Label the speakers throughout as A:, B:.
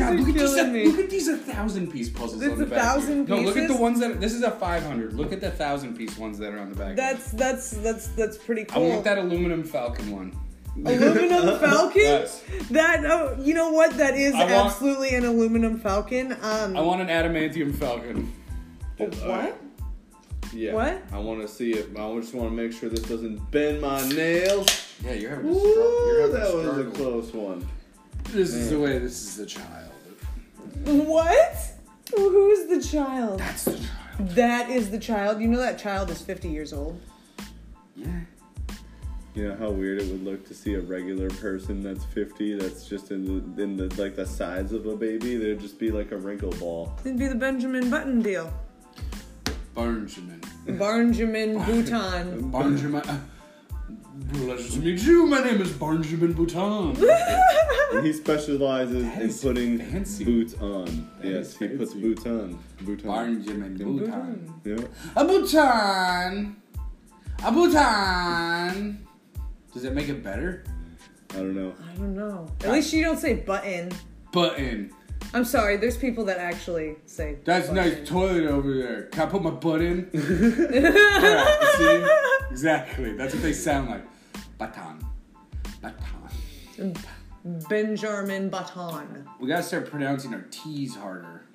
A: are
B: look at these.
A: killing me.
B: Look at these a thousand piece puzzles
A: That's
B: on the
A: a
B: back. here.
A: thousand
B: No, look at the
A: pieces?
B: ones that. This is a five hundred. Look at the thousand piece ones that are on the back.
A: That's that's that's that's pretty
B: I
A: cool.
B: want that aluminum Falcon one.
A: aluminum falcon.
B: Yes.
A: That oh, you know what? That is
B: I want-
A: absolutely an aluminum falcon. Um,
B: I want an adamantium Falcon.
A: what?
C: Yeah.
A: What?
C: I want to see it. I just want to make sure this doesn't bend my nails.
B: Yeah, you're having a struggle. You're
C: Ooh,
B: having
C: that
B: a
C: was a
B: struggle.
C: close one.
B: This is the way. This is the child.
A: What? Who's the child?
B: That's the child.
A: That is the child. You know that child is 50 years old.
B: Yeah.
C: You know how weird it would look to see a regular person that's 50 that's just in the, in the like the size of a baby. There'd just be like a wrinkle ball.
A: It'd be the Benjamin Button deal.
B: Benjamin.
A: Benjamin Bhutan.
B: Benjamin. uh, Pleasure to meet you. My name is Benjamin Bouton.
C: And he specializes
B: That
C: in
B: is
C: putting
B: fancy.
C: boots on. yes,
B: is
C: he puts
B: fancy.
C: boots on. Boots on.
B: Benjamin Bouton.
C: Yeah.
B: A Bouton. A Bouton. Does that make it better?
C: I don't know.
A: I don't know. At least you don't say button.
B: Button.
A: I'm sorry, there's people that actually say
B: That's
A: button.
B: nice toilet over there. Can I put my butt in? Yeah, see? Exactly. That's what they sound like. Baton. Baton.
A: Benjamin Button.
B: We gotta start pronouncing our T's harder.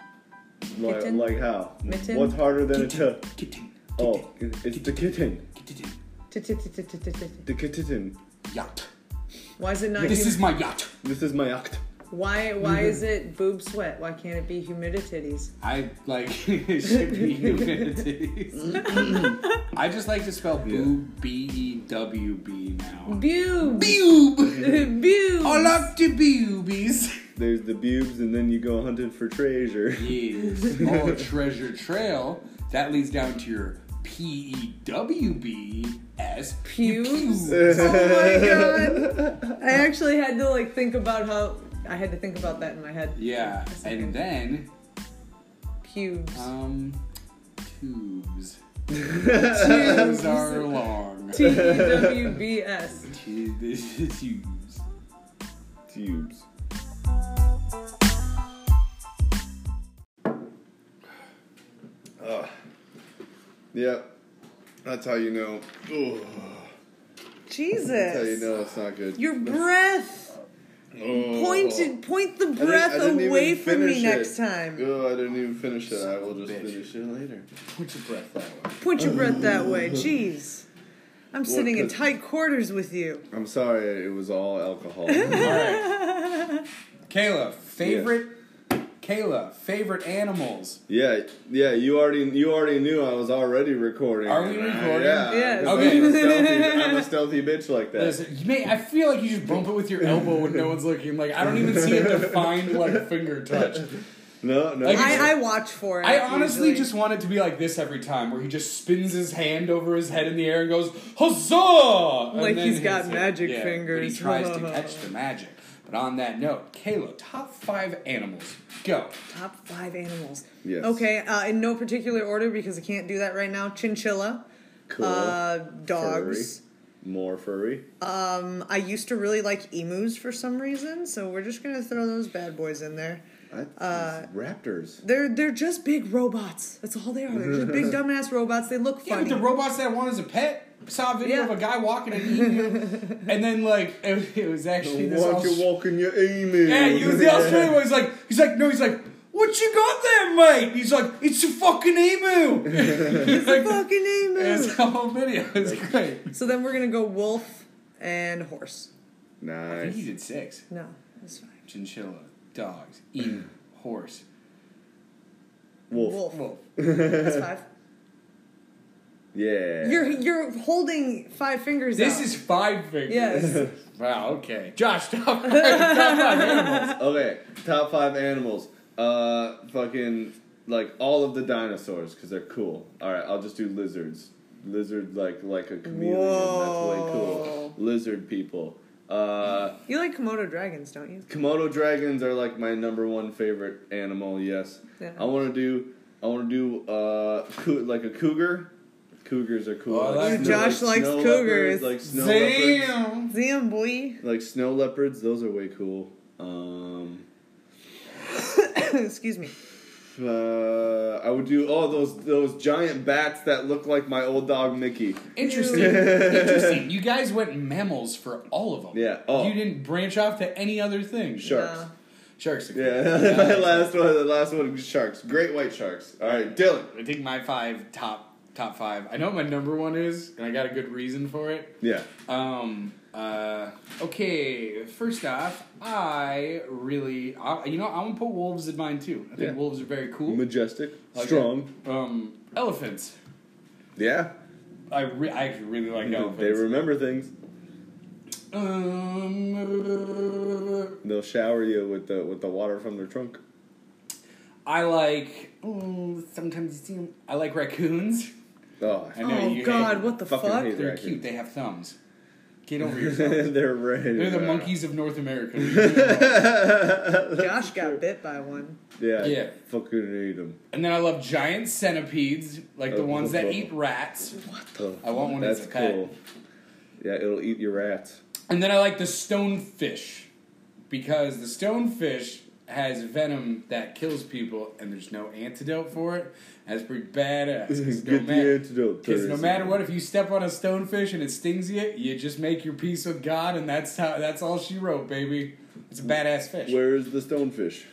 C: Like,
A: Kitten?
C: like how?
A: Mitten?
C: What's harder than a
B: Kitten.
C: t?
B: Kitten.
C: Oh, it's the kitten.
B: Kitten.
C: The kitten.
B: Yacht.
A: Why is it not
B: This
A: hum-
B: is my yacht.
C: This is my act.
A: why why is it boob sweat? Why can't it be humidititties?
B: I like it should be humanities. I just like to spell boob B E W B now.
A: Boob
B: Boob.
A: boob
B: I love the boobies.
C: There's the bubes, and then you go hunting for treasure.
B: Yes. Or treasure trail that leads down to your P E W B S
A: Pubes?
B: pubes.
A: Oh my god. I actually had to like think about how I had to think about that in my head.
B: Yeah, and then
A: Pubes.
B: um tubes.
A: Tubes.
C: Uh,
B: Tubes are long.
A: T E W B S.
B: Tubes.
C: Tubes. Ugh. Yep. Ah. That's how you know. Ugh.
A: Jesus.
C: That's how you know it's not good.
A: Your breath.
C: Ugh.
A: Pointed. Point the
C: I didn't- I
A: breath
C: didn't even
A: away from
C: finish
A: me
C: it.
A: next time.
C: Ugh, I didn't even finish it. I will just
B: Bitch.
C: finish it later.
B: Put your breath that way.
A: Point your breath that way. Jeez. I'm sitting in
C: could-
A: tight quarters with you.
C: I'm sorry. It was all alcohol.
B: Alright. Kayla, favorite Kayla, favorite animals.
C: yeah, yeah. You already, you already knew I was already recording.
B: Are we recording?
C: Yeah.
A: Yes.
C: Okay. I'm a, stealthy,
A: Okay.
C: I'm a stealthy bitch like that.
B: Listen, you may I feel like you just bump it with your elbow when no one's looking. Like I don't even see a defined like finger touch.
C: No, no.
B: Like,
A: I, I watch for it.
B: I honestly
A: usually.
B: just want it to be like this every time, where he just spins his hand over his head in the air and goes huzzah! And
A: Like
B: then
A: he's got
B: hits it.
A: magic
B: Yeah,
A: fingers.
B: But he tries to catch the magic. But on that note, Kayla, top five animals. Go.
A: Top five animals.
C: Yes.
A: Okay, uh, in no particular order because I can't do that right now. Chinchilla,
C: Cool.
A: uh, dogs.
C: More furry.
A: Um, I used to really like emus for some reason, so we're just gonna throw those bad boys in there.
C: I, raptors.
A: They're they're just big robots. That's all they are. They're just big dumbass robots. They look
B: Yeah,
A: funny.
B: but the robots that I want as a pet. I saw a video
A: Yeah.
B: of a guy walking an emu, and then like it, it was actually this.
C: Walk
B: Aust-
C: you walking your emu.
B: yeah, it was the Australian one. He's like, he's like, no, he's like, what you got there, mate? He's like, it's a fucking emu. it's
A: Fucking
B: It's
A: emu.
B: the whole video. It's great.
A: So then we're gonna go wolf and horse.
B: I think
C: Nice.
B: he did six.
A: No, that's fine.
B: Chinchilla, dogs, emu, horse,
C: Wolf.
A: Wolf.
B: wolf.
A: That's five.
C: Yeah.
A: You're you're holding five fingers.
B: This
A: out.
B: is five fingers.
A: yes.
B: Wow. Okay. Josh, stop. animals.
C: okay. Top five animals. Uh, fucking like all of the dinosaurs because they're cool. All right, I'll just do lizards. Lizard like like a chameleon. That's way
A: Whoa.
C: cool. Lizard people. Uh,
A: You like Komodo dragons, don't you?
C: Komodo dragons are like my number one favorite animal. Yes,
A: Yeah.
C: I want to do. I want to do uh, cou- like a cougar. Cougars are cool.
B: Oh,
C: like
B: that's
C: snow-
A: Josh likes
C: snow
A: cougars.
C: leopards, like snow leopards.
B: Damn.
A: Damn boy.
C: Like snow leopards, those are way cool. Um,
A: Excuse me.
C: Uh, I would do all those those giant bats that look like my old dog Mickey.
B: Interesting. Interesting. You guys went mammals for all of them.
C: Yeah. Oh.
B: You didn't branch off to any other thing.
A: Uh,
C: Sharks.
B: Sharks. are good.
C: Yeah, my last one. The last one was sharks. Great white sharks. All right, Dylan.
B: I think my five top top five. I know what my number one is, and I got a good reason for it.
C: Yeah.
B: Um. Uh. Okay. First off, I really, I, you know, I'm gonna put wolves in mine too. I think
C: Yeah.
B: wolves are very cool.
C: Majestic.
B: Like,
C: Strong.
B: Um. Elephants.
C: Yeah.
B: I re- I actually really like elephants.
C: They remember things.
B: um.
C: They'll shower you with the with the water from their trunk.
B: I like. ooh, sometimes you see 'em. I like raccoons.
C: Oh,
B: I know
A: oh
B: you
A: God,
B: hate-
A: what the
C: fucking
A: fuck?
C: hate
B: They're
C: Raccoons.
B: cute. They have thumbs. Get over yourself.
C: they're red.
B: They're the monkeys of North America.
A: Josh got bit by one.
C: Yeah.
B: Yeah.
C: Fucking eat them.
B: and then I love giant centipedes, like the
C: Oh,
B: ones that
C: oh.
B: eat rats.
C: What the?
B: I want one as
C: That's
B: a pet.
C: cool. Yeah, it'll eat your rats.
B: And then I like the stonefish because the stonefish has venom that kills people, and there's no antidote for it. That's pretty badass. 'cause
C: Get
B: no
C: the
B: ma-
C: antidote.
B: 'cause no
C: Teresa.
B: matter what, if you step on a stonefish and it stings you, you just make your peace with God, and that's how. That's all she wrote, baby. It's a badass fish.
C: Where is the stonefish?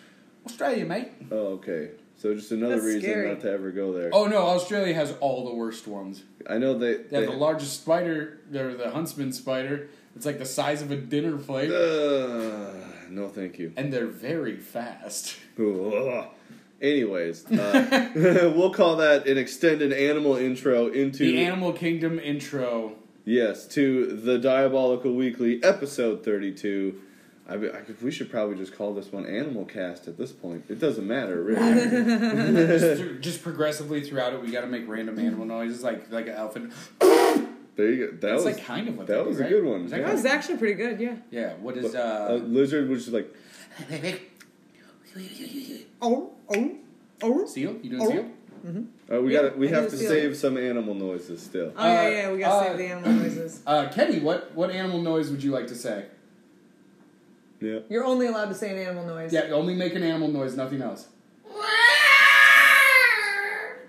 B: Australia, mate.
C: Oh, okay. So just another
A: That's
C: reason
A: scary.
C: not to ever go there.
B: Oh no, Australia has all the worst ones.
C: I know they.
B: They have
C: they-
B: the largest spider, or the huntsman spider. It's like the size of a dinner plate,
C: Ugh, no, thank you.
B: and they're very fast.
C: Ugh. Anyways, uh, we'll call that an extended animal intro into
B: The Animal Kingdom intro.
C: yes to the Diabolical Weekly episode thirty-two. I, be- I could- we should probably just call this one Animal Cast at this point. It doesn't matter, really.
B: just, through- just progressively throughout it, we got to make random animal noises, like like an elephant.
C: there you go. That
B: That's
C: was
B: like kind of what
C: that
B: they
C: was
B: do,
C: a
B: right?
C: good one.
B: Is that
A: That was actually pretty good, yeah.
B: Yeah. What is
C: a
B: uh?
C: lizard was just like uh,
A: Oh, oh, oh.
B: Seal? You doing
A: Oh.
B: seal?
C: uh, we
A: Yeah,
C: got we
A: I
C: have
A: do
C: to
A: feel
C: save some animal noises still.
A: Oh, yeah,
B: Uh,
A: yeah, we gotta
B: uh,
A: save the animal noises.
B: Uh, Kenny, what what animal noise would you like to say?
C: Yeah.
A: You're only allowed to say an animal noise.
B: Yeah, only make an animal noise, nothing else.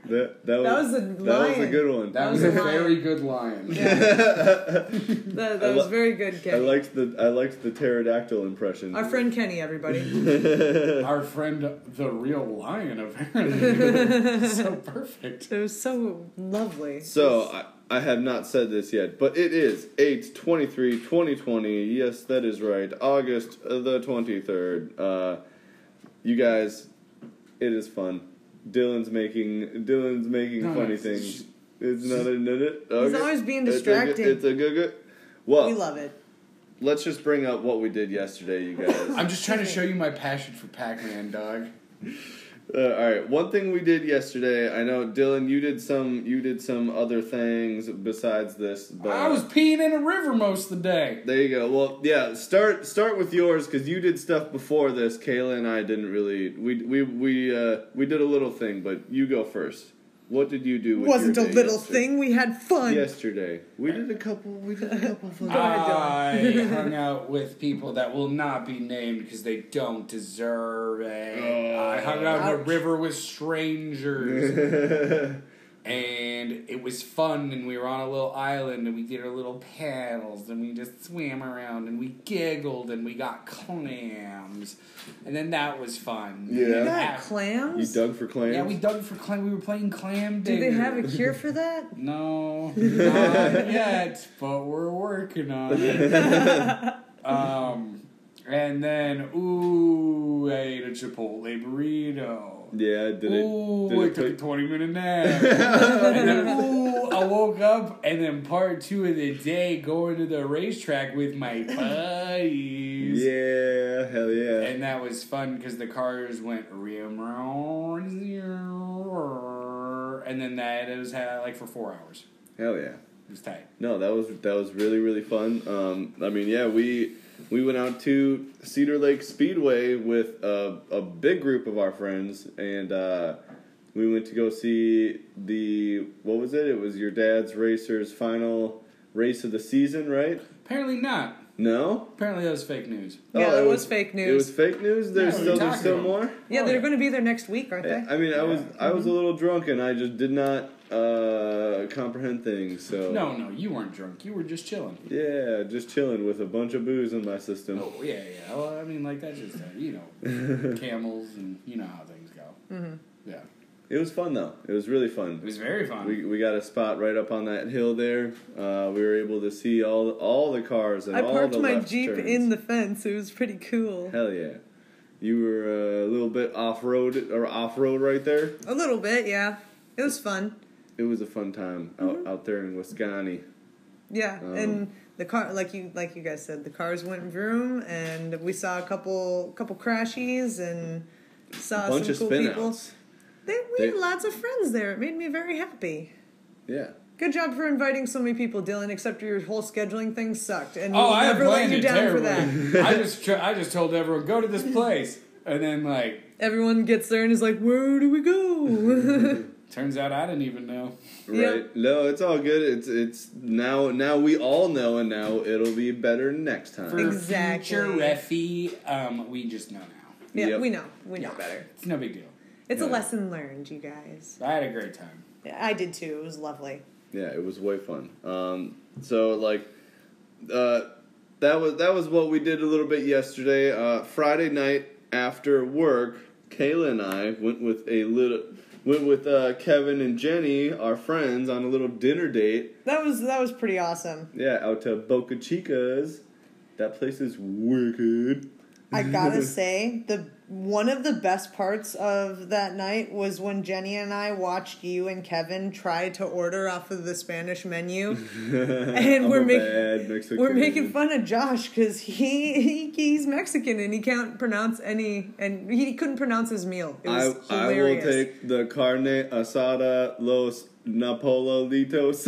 C: That, that,
A: That
C: was,
A: was a
C: that was a
A: lion.
C: good one.
B: That
A: That
B: was
A: was
B: a
A: a lion.
B: very good lion.
A: That,
C: I
A: that was
C: lo-
A: very good,
C: I
A: Kenny.
C: liked the I liked the pterodactyl impression.
A: Our friend Kenny, everybody.
B: Our friend, the real lion, apparently. so perfect.
A: It was so lovely.
C: So I, I have not said this yet, but it is 8 23 2020. Yes, that is right. August uh, the 23rd. Uh, you guys, it is fun. Dylan's making Dylan's making
B: No, no,
C: funny
B: it's-
C: things. It's not a it.
A: always being
C: It's a,
A: distracting.
C: good- it's a good good. Well,
A: we love it.
C: let's just bring up what we did yesterday, you guys.
B: I'm just trying to show you my passion for Pac Man, dog.
C: Uh, all right. One thing we did yesterday. I know Dylan, you did some. You did some other things besides this. But
B: I was peeing in a river most of the day.
C: There you go. Well, yeah. Start start with yours because you did stuff before this. Kayla and I didn't really. We we we uh, we did a little thing, but you go first. What did you do? With
A: Wasn't a
C: your day
A: little
C: yesterday?
A: thing. We had fun.
C: Yesterday, we did a couple. We did a couple. Fun.
A: Go ahead,
B: I hung out with people that will not be named because they don't deserve it.
C: Oh.
B: I hung out in a
A: Ouch.
B: river with strangers, and it was fun. And we were on a little island, and we did our little paddles, and we just swam around, and we giggled, and we got clams, and then that was fun. And
C: Yeah.
B: then
A: We got
B: af-
C: you
A: clams?
C: dug for clams.
B: yeah, we dug for clam. We were playing clam.
A: Do they
B: digger.
A: have a cure for that?
C: Oh,
B: No, not yet, but we're working on it. um, and then, ooh, I ate a Chipotle burrito.
C: Yeah, did it?
B: Ooh,
C: did
B: I
C: it
B: took a
C: put,
B: 20 minute nap. and then, ooh, I woke up, and then part two of the day going to the racetrack with my buddies.
C: yeah, hell yeah.
B: And that was fun because the cars went rim and then that it was had like for four hours.
C: hell yeah.
B: It was tight.
C: No, that was that was really really fun. Um, I mean, yeah, we we went out to Cedar Lake Speedway with a, a big group of our friends, and uh, we went to go see the what was it? It was your dad's racers final race of the season, right?
B: Apparently not.
C: No? Oh,
B: Apparently that was fake news.
A: Yeah, that
C: it
A: was fake
C: It
A: news.
C: was fake news?
B: Yeah, what are
C: There's still
B: you
C: there's
B: talking
C: still
B: about? Mm-hmm.
C: more?
A: yeah,
B: Oh,
A: they're
B: yeah.
A: going to be there next week, aren't they?
C: I I mean, I was I was a little drunk and I just did not uh, comprehend things. So
B: No, no, you weren't drunk. You were just chilling.
C: yeah, just chilling with a bunch of booze in my system.
B: Oh yeah, yeah. Well, I mean, like that's just uh, you know, camels and you know how things go. Mm-hmm. Yeah,
C: It was fun though. It was really
B: it
C: fun.
B: was very fun.
C: We, we got a spot right up on that hill there. Uh, we were able to see all all the cars and
A: I
C: all
A: parked
C: the
A: my
C: left
A: Jeep
C: turns.
A: in the fence. It was pretty cool.
C: Hell yeah! You were uh, a little bit off road or off road right there.
A: A little bit, yeah. It was fun.
C: It was a fun time
A: Mm-hmm.
C: out, out there in Wisconsin.
A: Yeah,
C: Um,
A: and the car, like you, like you guys said, the cars went vroom, and we saw a couple, couple crashies, and saw
C: A bunch
A: Uh, some
C: of
A: cool
C: spin
A: people.
C: outs.
A: They, we
C: They-
A: had lots of friends there. It made me very happy.
C: Yeah.
A: Good job for inviting so many people, Dylan. Except your whole scheduling thing sucked, and
B: oh,
A: we'll
B: I
A: never let
B: planned
A: you
B: it
A: down
B: terribly.
A: for that.
B: I just tr- I just told everyone go to this place, and then like
A: Everyone gets there and is like, "Where do we go?"
B: turns out I didn't even know.
A: Yeah.
C: Right. No, it's all good. It's it's now now we all know and now it'll be better next
B: For
C: time.
A: Exactly.
B: future refy, um, we just know now.
A: yeah,
C: Yep.
A: we know, we know better.
B: It's no big deal.
A: It's a
C: Yeah.
A: lesson learned, you guys.
B: I had a great time.
A: I did too. It was lovely.
C: Yeah, it was way fun. Um so like uh that was that was what we did a little bit yesterday. Uh Friday night after work, Kayla and I went with a little went with uh Kevin and Jenny, our friends, on a little dinner date.
A: That was that was pretty awesome.
C: Yeah, out to Boca Chica's. That place is wicked.
A: I
C: Mm-hmm.
A: gotta say, the one of the best parts of that night was when Jenny and I watched you and Kevin try to order off of the Spanish menu,
C: Mm-hmm.
A: and
C: I'm
A: we're
C: a
A: making.
C: bad Mexican.
A: We're making fun of Josh because he, he he's Mexican and he can't pronounce any and he couldn't pronounce his meal. It
C: I,
A: was
C: I will
A: hilarious.
C: take the carne asada los napolitos.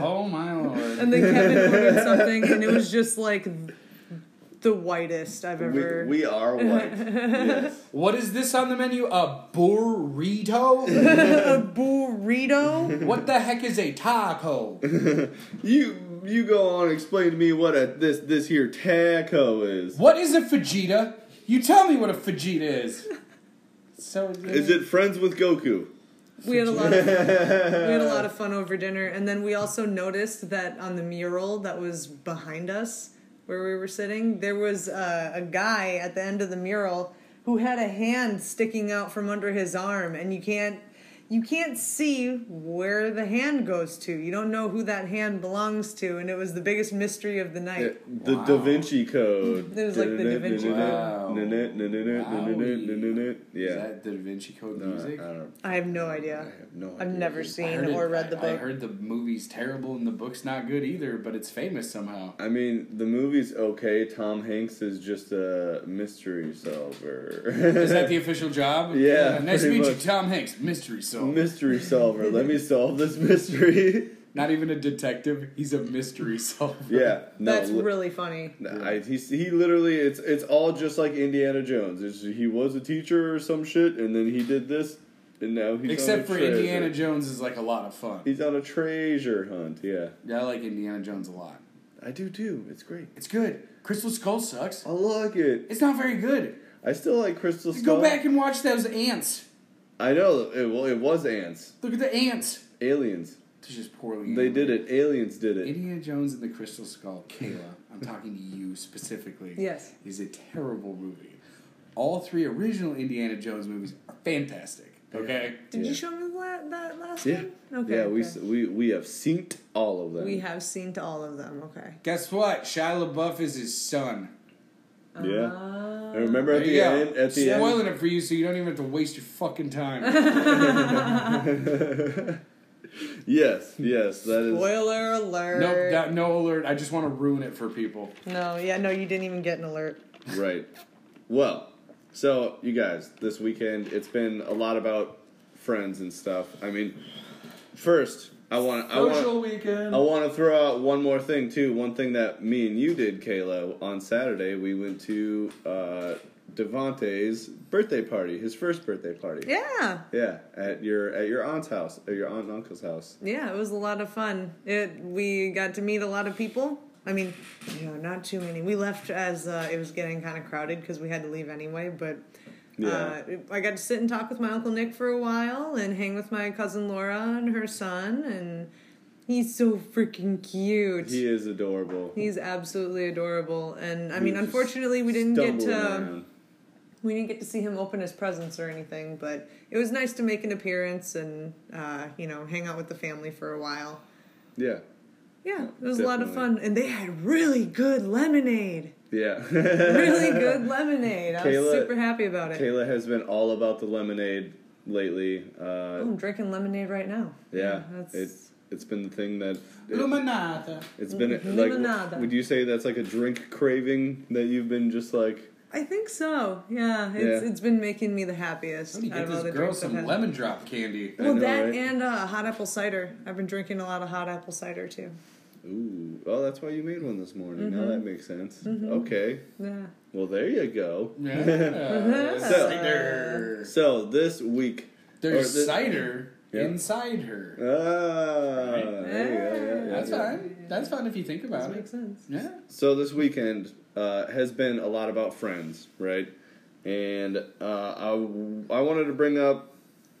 B: Oh my lord!
A: And then Kevin ordered something and it was just like the whitest I've ever.
C: we, we are white. yes.
B: what is this on the menu? A burrito?
A: a burrito.
B: what the heck is a taco?
C: You you go on and explain to me what a this this here taco is.
B: What is a Vegeta? You tell me what a Vegeta is. So
C: Is it friends with Goku?
A: We had a lot of fun. we had a lot of fun over dinner, and then we also noticed that on the mural that was behind us, where we were sitting, there was uh, a guy at the end of the mural who had a hand sticking out from under his arm, and you can't you can't see where the hand goes to. You don't know who that hand belongs to, and it was the biggest mystery of the
C: Yeah,
A: night.
C: The
B: Wow.
C: Da Vinci Code.
A: It was like the Da Vinci
B: Wow.
C: Code.
B: Is
C: Yeah.
B: that the Da Vinci Code
C: Uh, I
B: music?
C: don't-
A: I have no
C: I
A: idea.
C: have no
A: I've
C: idea.
A: never
B: I
A: seen
B: heard
A: or
B: it-
A: read the
B: I-
A: book.
B: I heard the movie's terrible and the book's not good either, but it's famous somehow.
C: I mean, the movie's okay. Tom Hanks is just a mystery solver.
B: Is that the official job?
C: Yeah,
B: nice to
C: pretty
B: meet you,
C: much.
B: Tom Hanks, mystery solver.
C: mystery solver? Let me solve this mystery.
B: not even a detective. He's a mystery solver.
C: yeah, no,
A: That's
C: li-
A: really funny.
C: no, I, he he literally it's it's all just like Indiana Jones. It's, he was a teacher or some shit, and then he did this, and now he's
B: Except
C: on
B: for
C: a treasure.
B: Indiana Jones is like a lot of fun.
C: He's on a treasure hunt. Yeah,
B: Yeah, I like Indiana Jones a lot.
C: I do too. It's great.
B: It's good. Crystal Skull sucks.
C: I like it.
B: It's not very good.
C: I still like Crystal
B: Just
C: Skull.
B: Go back and watch those ants.
C: I know it. Well, it was ants,
B: Look at the ants.
C: aliens.
B: It's just poorly.
C: They
B: animated.
C: did it. Aliens did it.
B: Indiana Jones and the Crystal Skull, Kayla, I'm talking to you specifically.
A: Yes.
B: Is a terrible movie. All three original Indiana Jones movies are fantastic. Okay?
A: Did
C: Yeah.
A: you show me that, that last
C: Yeah.
A: one? Okay.
C: yeah, we,
A: okay.
C: s we we have synced all of them.
A: We have seen to all of them. Okay.
B: Guess what? Shia LaBeouf is his son.
C: Yeah.
A: Ah.
C: I remember at
B: There you
C: the
B: go.
C: end. At the
B: Spoiling it for you so you don't even have to waste your fucking time.
C: end. yes, yes, that is.
A: Spoiler alert.
B: no, that, no alert. I just want to ruin it for people.
A: No, yeah, no, you didn't even get an alert.
C: Right. Well, so you guys, this weekend it's been a lot about friends and stuff. I mean, first I want I
B: Social
C: want
B: weekend.
C: I want to throw out one more thing too. One thing that me and you did, Kayla, on Saturday we went to uh, Devante's birthday party, his first birthday party.
A: Yeah.
C: Yeah, at your at your aunt's house, at your aunt and uncle's house.
A: Yeah, it was a lot of fun. It we got to meet a lot of people. I mean, you know, not too many. We left as uh, it was getting kind of crowded because we had to leave anyway. But
C: Yeah.
A: uh, I got to sit and talk with my uncle Nick for a while and hang with my cousin Laura and her son, and he's so freaking cute.
C: He is adorable.
A: He's absolutely adorable, and I
C: He
A: mean,
C: was just
A: unfortunately, we didn't get to um,
C: stumbling around.
A: we didn't get to see him open his presents or anything, but it was nice to make an appearance and uh, you know hang out with the family for a while.
C: Yeah.
A: Yeah, it was a lot of
C: Definitely.
A: fun, and they had really good lemonade.
C: Yeah.
A: Really good lemonade. I was
C: Kayla-
A: super happy about it.
C: Kayla has been all about the lemonade lately. Uh,
A: I'm drinking lemonade right now.
C: yeah,
A: that's
C: it's it's been the thing that it,
B: Luminata.
C: has been
A: Limonada.
C: like. Would you say that's like a drink craving that you've been just like?
A: I think so. Yeah, it's
C: Yeah.
A: it's been making me the happiest
B: Let me
A: out
B: get
A: of all the
B: this girl
A: drinks I've
B: some
A: had.
B: lemon drop candy.
C: I
A: Well,
C: know,
A: that
C: right?
A: and uh, hot apple cider. I've been drinking a lot of hot apple cider too.
C: Ooh, oh, that's why you made one this morning. Now that makes sense. Okay,
A: Yeah.
C: well there you go.
B: Yeah.
C: So-
B: cider.
C: So this week,
B: There's
C: or this-
B: cider
C: Yeah.
B: inside her.
C: Ah, there you go, yeah, yeah,
B: That's
C: yeah.
B: fine. That's fine if you think
A: Does
B: about
A: make
B: it.
A: sense?
B: Yeah.
C: So this weekend uh, has been a lot about friends, right? And uh, I, I wanted to bring up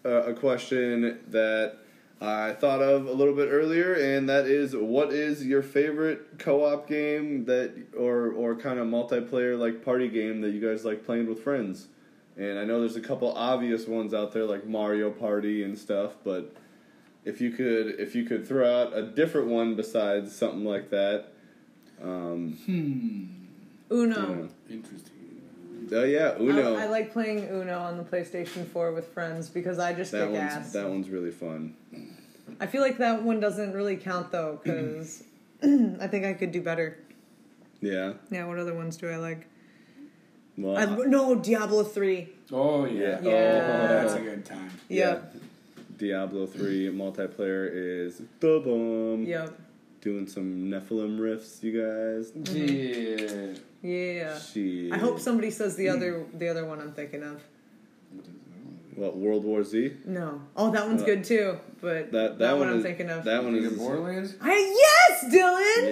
C: uh, a, a question that I thought of a little bit earlier, and that is, what is your favorite co-op game that, or or kind of multiplayer like party game that you guys like playing with friends? And I know there's a couple obvious ones out there like Mario Party and stuff, but if you could if you could throw out a different one besides something like that, um,
B: Hmm.
A: Uno.
B: Interesting.
C: Oh yeah, Uno.
A: Um, I like playing Uno on the PlayStation 4 with friends because I just
C: that
A: kick
C: one's
A: ass.
C: that one's really fun.
A: I feel like that one doesn't really count though because I think I could do better.
C: Yeah.
A: Yeah, what other ones do I like?
C: Well,
A: I, no, Diablo 3.
B: Oh yeah.
C: Yeah.
B: Oh,
A: Yeah.
B: that's a good time.
A: Yep.
C: Diablo three multiplayer is the bomb.
A: Yep.
C: Doing some Nephilim riffs, you guys.
B: Yeah.
A: Yeah.
C: Shit.
A: I hope somebody says the other
C: Hmm.
A: the other one I'm thinking of.
C: What World War Z?
A: No. Oh, that one's good too, but
C: Uh, That that,
A: one,
C: one
A: I'm
C: is-
A: thinking of.
C: That one
B: You mean
C: is.
B: Borderlands?
A: I yes, Dylan.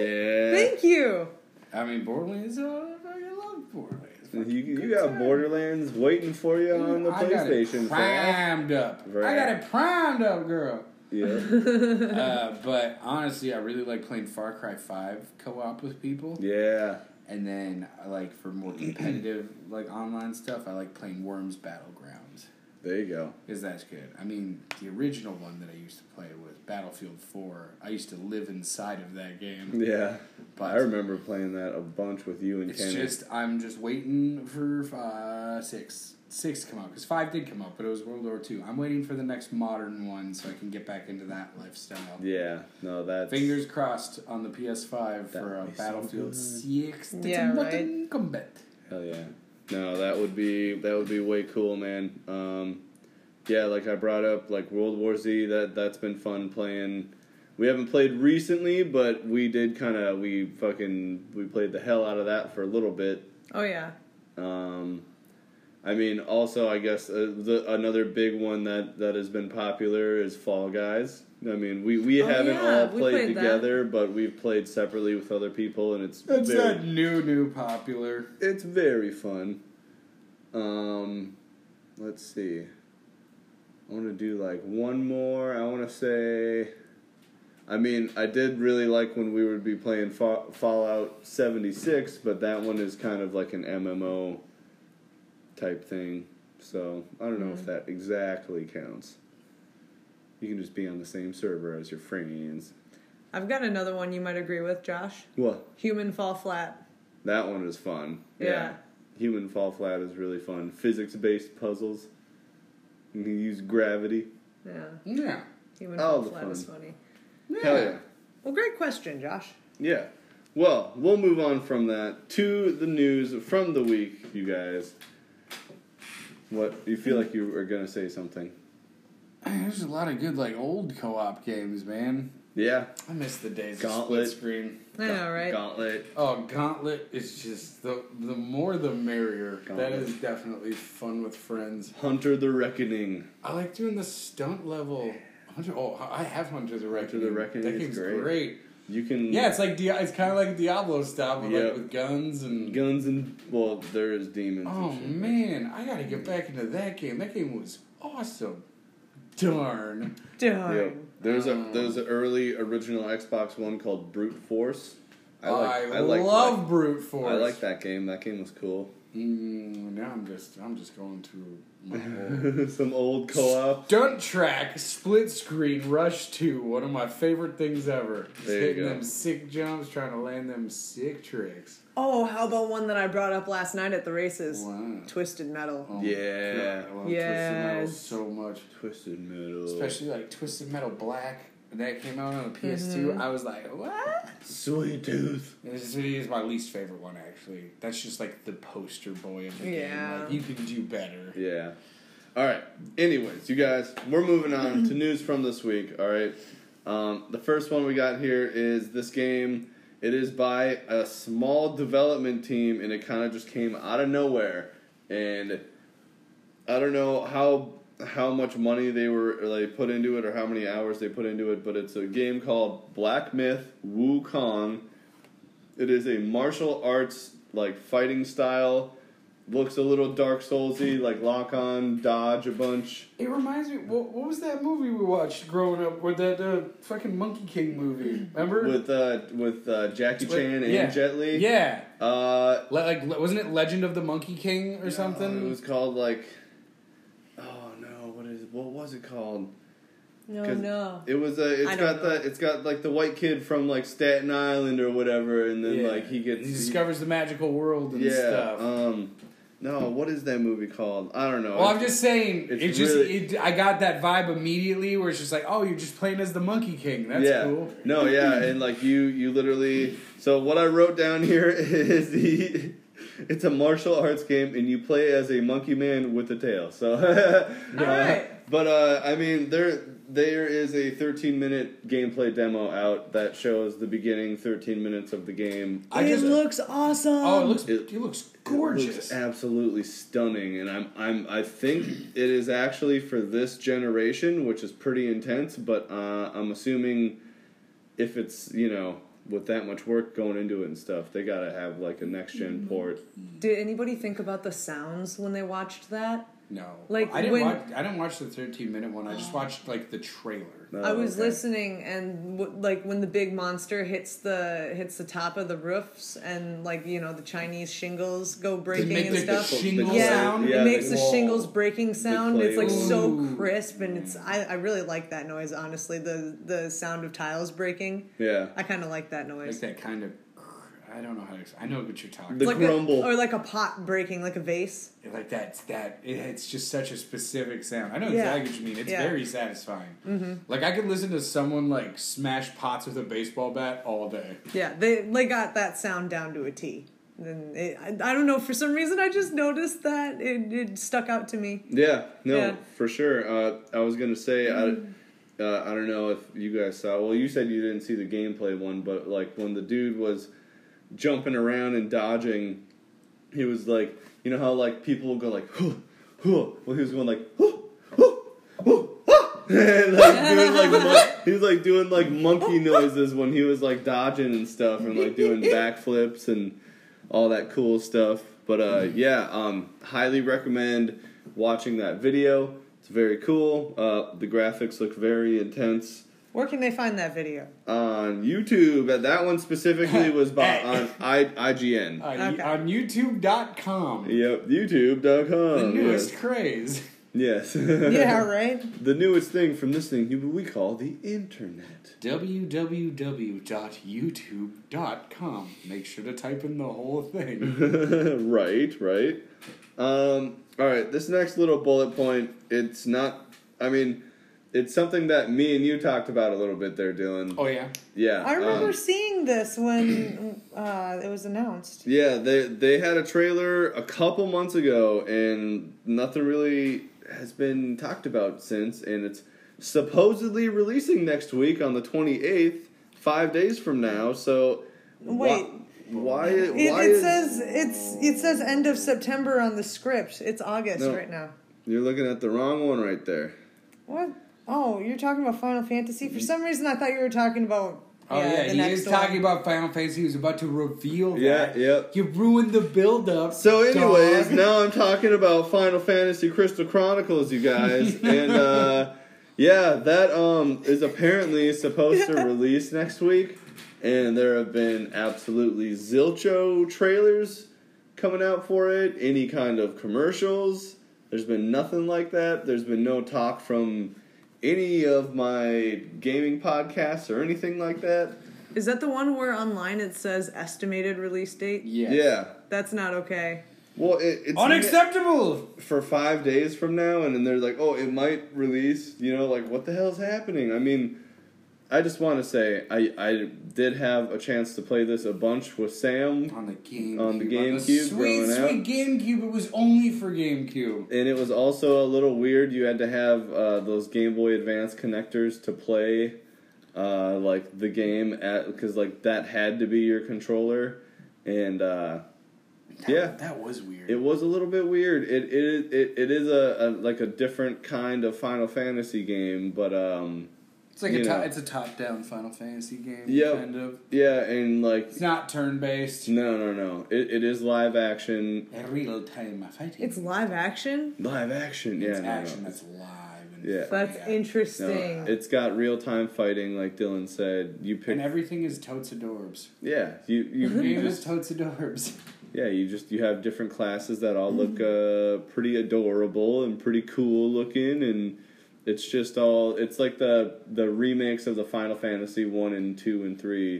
C: Yeah.
A: Thank you.
B: I mean, Borderlands. Oh, I fucking love Borderlands.
C: you. You
B: Good
C: got
B: time.
C: Borderlands waiting for you on the
B: I got it
C: PlayStation. for that.
B: primed up. I
C: Right.
B: got it primed up, girl.
C: Yeah.
B: uh, but honestly, I really like playing Far Cry Five co-op with people,
C: Yeah.
B: and then I like for more competitive like online stuff, I like playing Worms Battlegrounds.
C: There you go.
B: Because that's good. I mean, the original one that I used to play was Battlefield 4. I used to live inside of that game.
C: Yeah.
B: But
C: I remember playing that a bunch with you and
B: It's
C: Kenny.
B: just I'm just waiting for five, six, six to come out because five did come out, but it was World War Two. I'm waiting for the next modern one so I can get back into that lifestyle.
C: yeah. No, that's
B: Fingers crossed on the PS5
C: That
B: for a
C: would be so
B: Battlefield
C: good.
B: Six. That's
A: Yeah,
B: a
A: right.
B: modern combat.
C: Hell yeah! No, that would be that would be way cool, man. Um, yeah, like I brought up, like World War Z. That that's been fun playing. We haven't played recently, but we did kind of we fucking we played the hell out of that for a little bit.
A: Oh yeah.
C: Um, I mean, also I guess uh, the, another big one that that has been popular is Fall Guys. I mean, we we
A: Oh,
C: haven't
A: yeah,
C: all
A: we
C: played,
A: played that.
C: together, but we've played separately with other people, and it's
B: That's
C: very-
B: that new, new popular.
C: it's very fun. Um, let's see. I want to do like one more. I want to say. I mean, I did really like when we would be playing Fa- Fallout 76, but that one is kind of like an MMO type thing. So I don't know if that exactly counts. You can just be on the same server as your friends.
A: I've got another one you might agree with, Josh.
C: Well,
A: Human Fall Flat.
C: that one is fun.
A: Yeah.
C: Human Fall Flat is really fun. Physics based puzzles. You can use gravity.
A: Yeah.
B: Yeah.
A: Human
C: All
A: Fall
C: the
A: Flat
C: fun.
A: is funny.
B: yeah.
C: Hell yeah.
A: Well, great question, Josh.
C: Yeah. Well, we'll move on from that to the news from the week, you guys. What you feel like you are gonna say something?
B: There's a lot of good like old co-op games, man.
C: Yeah.
B: I miss the days
C: Gauntlet.
B: of split screen.
A: I know, right?
C: Gauntlet.
B: Oh, Gauntlet is just the the more the merrier. That
C: Gauntlet.
B: is definitely fun with friends.
C: Hunter the Reckoning.
B: I like doing the stunt level. Hunter, oh, I have Hunter the Reckoning.
C: the Reckoning
B: That game's
C: is great. You can.
B: Yeah, it's like Dia- it's kind of like Diablo style, but
C: Yep.
B: like with guns and.
C: Guns and well, there is demons.
B: oh
C: and shit.
B: man, I gotta get back into that game. That game was awesome. Darn.
A: Darn.
C: Yep. There's a
B: Oh.
C: there's an early original Xbox One called Brute Force.
B: Oh, I,
C: like- like
B: love brute
C: that.
B: force.
C: Oh, I like that game. That game was cool.
B: Mm, now I'm just I'm just going through my whole
C: Some old co-op.
B: Stunt track, split screen, rush two. One of my favorite things ever. Just
C: There you
B: hitting
C: go.
B: them sick jumps, trying to land them sick tricks.
A: Oh, how about one that I brought up last night at the races?
B: Wow.
A: Twisted Metal.
B: Oh my
C: Yeah.
B: God, I love Twisted Metal
A: Yes.
B: so much.
C: Twisted Metal.
B: Especially like Twisted Metal Black. When that came out on the PS2,
A: Mm-hmm.
B: I was like, what?
C: Sweet Tooth.
B: This is- it is my least favorite one, actually. That's just like the poster boy of the game.
A: Yeah.
B: Like, you can do better.
C: Yeah. All right. Anyways, you guys, we're moving on to news from this week. All right. Um, the first one we got here is this game. It is by a small development team, and it kind of just came out of nowhere. And I don't know how how much money they were or they put into it or how many hours they put into it, but it's a game called Black Myth Wukong. It is a martial arts like fighting style. Looks a little Dark Soulsy, like lock on, dodge a bunch.
B: It reminds me, what, what was that movie we watched growing up? With that uh, fucking Monkey King movie. Remember?
C: With uh with uh, Jackie
B: With-
C: Chan and
B: yeah.
C: Jet Li.
B: yeah.
C: Uh,
B: Le- like le- wasn't it Legend of the Monkey King or something?
C: It was called like. Oh no! What is what was it called?
A: No,
C: 'Cause-
A: no.
C: It was a. It's
A: I don't
C: got
A: know.
C: the. It's got like the white kid from like Staten Island or whatever, and then
B: Yeah.
C: like he gets
B: he uh, discovers the magical world and
C: yeah.
B: stuff.
C: Um, no, what is that movie called? I don't know.
B: well, I'm just saying,
C: it's
B: it's, just
C: really-
B: it, I got that vibe immediately where it's just like, oh, you're just playing as the Monkey King. That's
C: yeah.
B: cool.
C: No, yeah, and like you, you literally. So what I wrote down here is the. It's a martial arts game, and you play as a monkey man with a tail. So,
A: Alright.
C: but uh, I mean, there there is a 13 minute gameplay demo out that shows the beginning 13 minutes of the game.
B: I
A: it
B: just-
A: looks awesome.
B: Oh, it looks
C: It-
B: it, looks
C: It looks
B: gorgeous.
C: absolutely stunning, and I'm I'm I think it is actually for this generation, which is pretty intense. But uh, I'm assuming if it's you know with that much work going into it and stuff, they gotta have like a next
A: Mm-hmm.
C: gen port.
A: Did anybody think about the sounds when they watched that?
B: no,
A: Like,
B: I didn't
A: when-
B: watch. I didn't watch the 13 minute one. I just watched like the trailer.
C: Oh,
A: I was
C: okay.
A: listening, and w- like when the big monster hits the hits the top of the roofs, and like you know the Chinese shingles go breaking
B: make
A: and
B: like the
A: stuff.
B: shingle
A: yeah,
B: sound.
A: it
C: Yeah,
A: makes the
B: Whoa.
A: shingles breaking sound.
C: clay
A: It's like so
B: Ooh.
A: crisp, and it's I, I really like that noise. Honestly, the the sound of tiles breaking,
C: Yeah,
A: I kind of like that
B: like
A: noise.
B: that kind of. I don't know how to. explain. I know what you're talking.
C: The
A: like
C: grumble.
A: a, or like a pot breaking, like a vase.
B: like that's that it, it's just such a specific sound i know
A: Yeah.
B: exactly what you mean it's
A: Yeah. Mm-hmm.
B: very satisfying like i could listen to someone like smash pots with a baseball bat all day
A: Yeah, they they got that sound down to a T. And it, I, I don't know for some reason I just noticed that it, it stuck out to me.
C: yeah, no,
A: Yeah.
C: for sure. Uh, I was gonna say I. Uh, I don't know if you guys saw. Well, you said you didn't see the gameplay one, but like when the dude was jumping around and dodging, he was like, you know how like people will go like, huh, huh. well he was going like, huh, huh, huh, huh. and like doing like mon- he was like doing like monkey noises when he was like dodging and stuff and like doing backflips and all that cool stuff. But uh,
B: Mm-hmm.
C: yeah, um, highly recommend watching that video. It's very cool. Uh, the graphics look very intense
A: Where can they find that video?
C: on YouTube. And that one specifically was by on I- IGN.
B: uh,
A: Okay.
B: on youtube.com
C: Yep,
B: the
C: YouTube.com.
B: newest
C: Yes.
B: craze
C: yes.
A: Yeah, right.
C: The newest thing from this thing we call the internet.
B: www.youtube.com make sure to type in the whole thing
C: right, right. Um, all right, this next little bullet point, it's not, I mean, it's something that me and you talked about a little bit there, Dylan.
B: oh yeah
C: Yeah.
A: I remember
C: um,
A: seeing this when uh, it was announced.
C: Yeah, they they had a trailer a couple months ago, and nothing really has been talked about since. And it's supposedly releasing next week on the 28th, five days from now. So
A: Wait.
C: why? Why?
A: It,
C: why
A: it
C: is-
A: says it's it says end of September on the script. It's August
C: No.
A: right now.
C: you're looking at the wrong one right there.
A: What? Oh, you're talking about Final Fantasy.
C: Mm-hmm.
A: For some reason, I thought you were talking about.
B: Oh yeah,
A: the
B: he
A: next
B: is talking
A: one.
B: about Final Fantasy. He was about to reveal.
C: Yeah,
B: that.
C: yep.
B: You ruined the build-up.
C: So, anyways,
B: dog.
C: now I'm talking about Final Fantasy Crystal Chronicles, you guys, and uh, yeah, that um is apparently supposed to release next week, and there have been absolutely zilcho trailers coming out for it. Any kind of commercials, there's been nothing like that. There's been no talk from any of my gaming podcasts or anything like that.
A: Is that the one where online it says estimated release date?
B: Yes.
C: Yeah.
A: That's not okay.
C: Well, it, it's
B: Unacceptable.
C: for five days from now, and then they're like, "Oh, it might release." You know, like what the hell's happening? I mean, I just want to say I I did have a chance to play this a bunch with Sam,
B: On the GameCube.
C: On the GameCube
B: sweet, sweet
C: going out.
B: GameCube. It was only for GameCube.
C: and it was also a little weird. You had to have uh, those Game Boy Advance connectors to play. Uh, like the game at because like that had to be your controller, and uh,
B: That-
C: Yeah.
B: That was weird.
C: It was a little bit weird. It it it, it is a, a like a different kind of Final Fantasy game, but um
B: it's like
C: you
B: a
C: know.
B: top, it's a top-down Final Fantasy game.
C: Yep.
B: Kind of.
C: yeah, and like
B: It's not turn-based.
C: no no no, it, it is live action.
B: A real time fighting.
A: It's live action.
C: Live action, yeah,
B: It's
C: no,
B: action
C: no.
B: that's live. And
C: Oh, Yeah.
A: That's
B: yeah.
C: No, uh,
A: interesting.
C: it's got real time fighting, like Dylan said. You pick,
B: And everything is totes adorbs.
C: yeah. You you,
B: Your
C: you
B: name is
C: just
B: totes adorbs.
C: yeah. You just you have different classes that all look
B: Mm-hmm.
C: uh pretty adorable and pretty cool looking, and it's just all it's like the the remakes of the Final Fantasy one and two and three.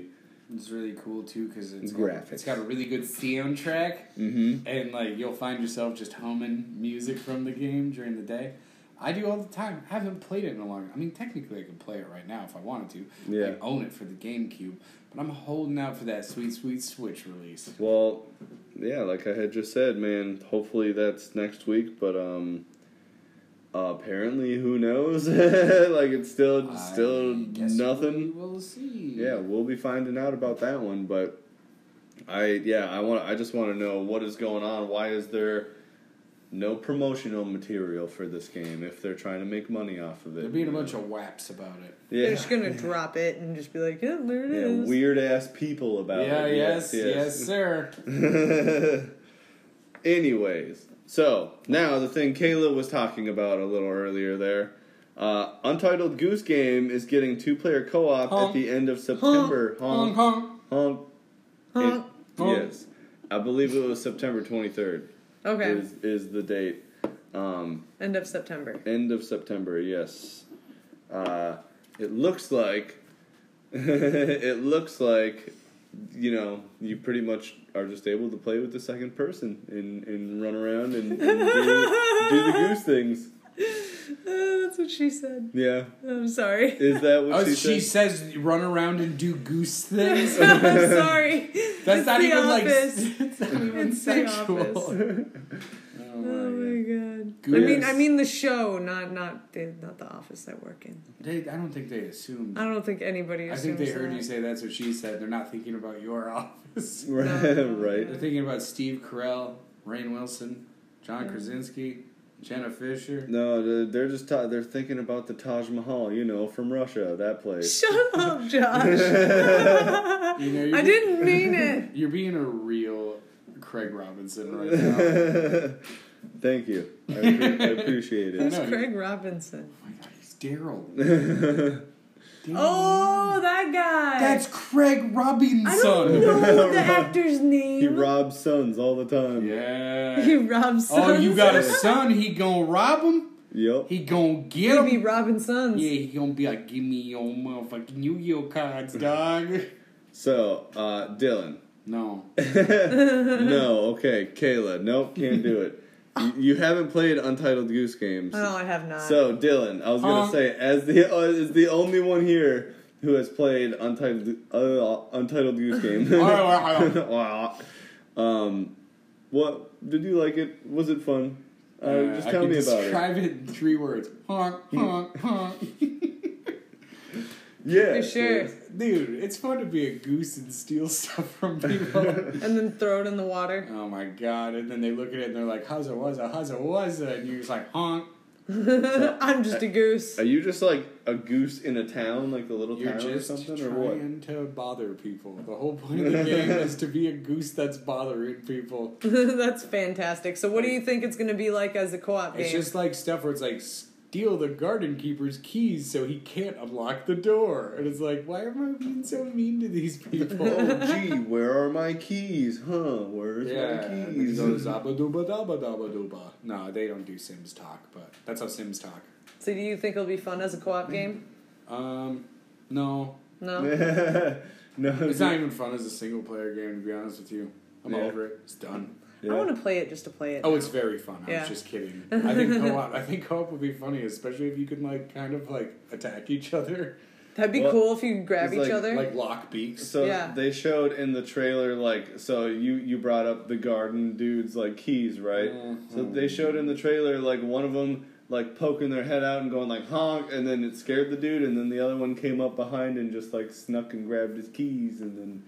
B: It's really cool too because it's
C: Graphics.
B: It's got a really good soundtrack,
C: Mm-hmm.
B: and like you'll find yourself just humming music from the game during the day. I do all the time. I haven't played it in a long. I mean, technically, I could play it right now if I wanted to.
C: Yeah.
B: I own it for the GameCube, but I'm holding out for that sweet, sweet Switch release.
C: Well, yeah, like I had just said, man. Hopefully that's next week, but um, apparently who knows? like it's still still
B: I guess We
C: nothing.
B: will see.
C: Yeah, we'll be finding out about that one, but I yeah, I want I just want to know what is going on. Why is there no promotional material for this game if they're trying to make money off of it?
B: They're being a bunch of whaps about it.
A: They're
C: yeah.
A: just gonna drop it and just be like, yeah, there it
C: Yeah,
A: is.
C: weird ass people about
B: Oh, yeah.
C: it.
B: Yes, yes. sir.
C: Anyways, so now the thing Kayla was talking about a little earlier there. Uh, Untitled Goose Game is getting two player co op at
B: Honk.
C: the end of September.
B: Hong
C: Honk,
B: Kong.
C: honk,
A: Honk.
C: It-
B: Honk.
C: Yes. I believe it was September 23rd
A: okay.
C: is, is the date. Um,
A: End of September.
C: end of September, yes. Uh, it looks like it looks like you know you pretty much are just able to play with the second person and, and run around and, and do, do the goose things.
A: Uh, that's what she said.
C: Yeah,
A: I'm sorry.
C: is that what
B: Oh,
C: she,
B: she
C: said?
B: says run around and do goose
A: I'm
B: things.
A: sorry.
B: That's
A: It's
B: not
A: the
B: even
A: office.
B: like it's not even
A: It's the
B: sexual.
A: office.
B: Oh
A: Oh
B: my
A: my
B: God.
A: god.
B: Goose.
A: I mean, I mean the show, not not the not the office I work in.
B: They, I don't think they assumed.
A: I don't think anybody.
B: I think they
A: assumes
B: heard
A: that.
B: you say that's what she said. They're not thinking about your office.
C: right,
B: They're thinking about Steve Carell, Rain Wilson, John Krasinski, Jenna Fisher.
C: No, they're- they're just ta- they're thinking about the Taj Mahal, you know, from Russia, that place.
A: Shut up, Josh.
B: You know, you're,
A: I
B: be-
A: didn't mean it.
B: You're being a real Craig Robinson right now. Oh
C: Thank you, I, appre- I appreciate
A: Who's
C: it.
B: know.
A: Craig Robinson?
B: oh my God, he's Daryl.
A: Oh, that guy.
B: That's Craig Robinson.
A: I don't know the actor's name.
C: He robs sons all the time.
B: Yeah.
A: He robs.
B: Oh, you got a
A: sons.
B: son. He gonna rob him.
C: Yep.
B: He gonna
A: He
B: get
A: be
B: him.
A: robbing sons.
B: Yeah, he gonna be like, give me your motherfucking Yu-Gi-Oh cards, dog.
C: So, uh, Dylan.
B: No,
C: no, okay, Kayla. Nope, can't do it. You, you haven't played Untitled Goose Games.
B: Oh,
A: No, I have not.
C: So, Dylan, I was gonna
B: Honk.
C: say, as the uh, is the only one here who has played Untitled uh, Untitled Goose Game. um, what did you like it? Was it fun? Uh, just
B: I
C: tell
B: can
C: me about it.
B: describe it. in three words: honk, honk, honk.
C: Yeah,
A: For sure.
B: Dude, it's fun to be a goose and steal stuff from people.
A: And then throw it in the water.
B: oh my god! And then they look at it and they're like, "How's it was? How's it was?" And you're just like, "Honk."
A: I'm just a goose.
C: Are you just like a goose in a town, like the little
B: You're
C: town or
B: just
C: something,
B: trying
C: or what?
B: to bother people. The whole point of the game is to be a goose that's bothering people.
A: That's fantastic. So, what do you think it's going to be like as a co op game?
B: It's just like stuff where it's like steal the garden keeper's keys so he can't unlock the door, and it's like, why am I being so mean to these people?
C: oh, gee, where are my keys? Huh? Where's
B: yeah,
C: my
B: and
C: keys?
B: it goes abba-dooba, dabba-dabba dooba. No, they don't do Sims talk, but that's how Sims talk.
A: so, do you think it'll be fun as a co op game?
B: Um, no,
A: No?
C: no,
B: it's not even fun as a single player game. To be honest with you, I'm
C: Yeah.
B: over it. It's done.
C: yeah.
A: I want to play it just to play it.
B: Oh, it's very fun. I
A: Yeah.
B: was just kidding. I think co-op. I think co-op would be funny, especially if you can like kind of like attack each other,
A: That'd be
C: Well,
A: cool if you grab
C: it's
A: each
C: like-
A: other.
B: like lock beaks.
C: So
A: Yeah.
C: they showed in the trailer, like, so you you brought up the garden dudes like keys, right? So
B: Mm-hmm.
C: they showed in the trailer like one of them like poking their head out and going like honk, and then it scared the dude, and then the other one came up behind and just like snuck and grabbed his keys, and then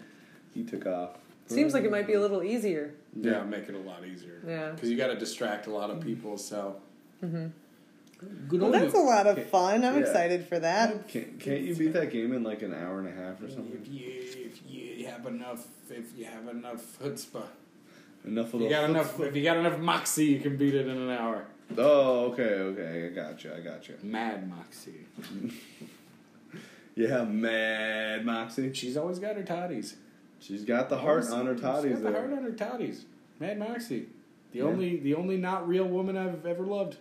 C: he took off.
A: Seems like it might be
C: Mm-hmm.
A: a little easier.
B: Yeah, make it a lot easier.
A: Yeah. Mm-hmm.
B: because you got to distract a lot of people. So, good
A: Well,
B: on
A: that's a
B: you.
A: lot of fun. I'm
C: Yeah.
A: excited for that.
C: Can't, can't you beat that game in like an hour and a half or something?
B: If you if you have enough if you have enough chutzpah,
C: Enough of
B: you
C: the.
B: got enough. If you got enough moxie, you can beat it in an hour.
C: Oh, okay, okay, I got you, I got you.
B: Mad moxie.
C: Yeah, mad Moxie.
B: She's always got her toddies.
C: She's got the heart on her
B: She's
C: toddies
B: got the heart
C: there.
B: on her toddies. Mad moxie. The
C: Yeah.
B: only the only not real woman I've ever loved.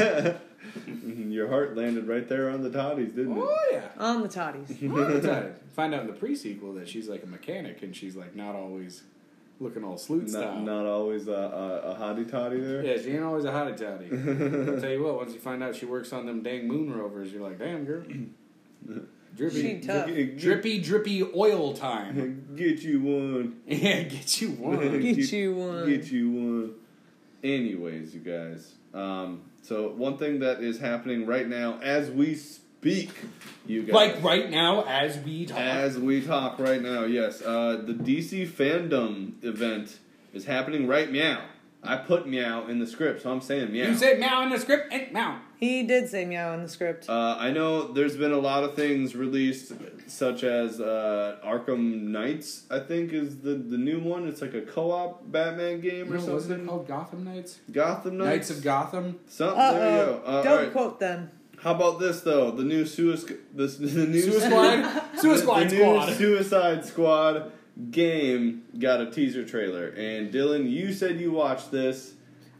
C: Mhm, Your heart landed right there on the toddies, didn't it?
B: Oh yeah.
A: On the toddies.
B: All the time. Find out in the prequel that she's like a mechanic and she's like not always looking all sleut style.
C: Not, not always a, a, a hottie toddy there.
B: Yeah, she ain't always a hottie toddy. I'll tell you what, once you find out she works on them dang moon rovers, you're like, damn girl.
A: She
B: drippy,
A: tough.
C: Get,
B: drippy, drippy oil time.
C: get you one.
B: yeah, get you one.
A: Get you one.
C: Get you one. Anyways, you guys. Um, so one thing that is happening right now as we speak, you guys.
B: Like right now, as we talk.
C: As we talk right now, yes, uh, the DC fandom event is happening right meow. I put meow in the script, so I'm saying meow.
B: You said meow in the script and meow.
A: He did say meow in the script.
C: uh, I know there's been a lot of things released, such as uh, Arkham Knights. I think is the the new one. It's like a co-op Batman game or
B: No, wasn't it
C: something.
B: called Gotham Knights?
C: Gotham Knights.
B: Knights of Gotham.
C: Something.
A: Uh
C: There you go.
A: oh.
C: Uh,
A: Don't
C: all right.
A: quote them.
C: How about this though? The new Suicide. This the new
B: Suicide. Suicide
C: the new
B: Squad.
C: Suicide Squad game got a teaser trailer, and Dylan, you said you watched this.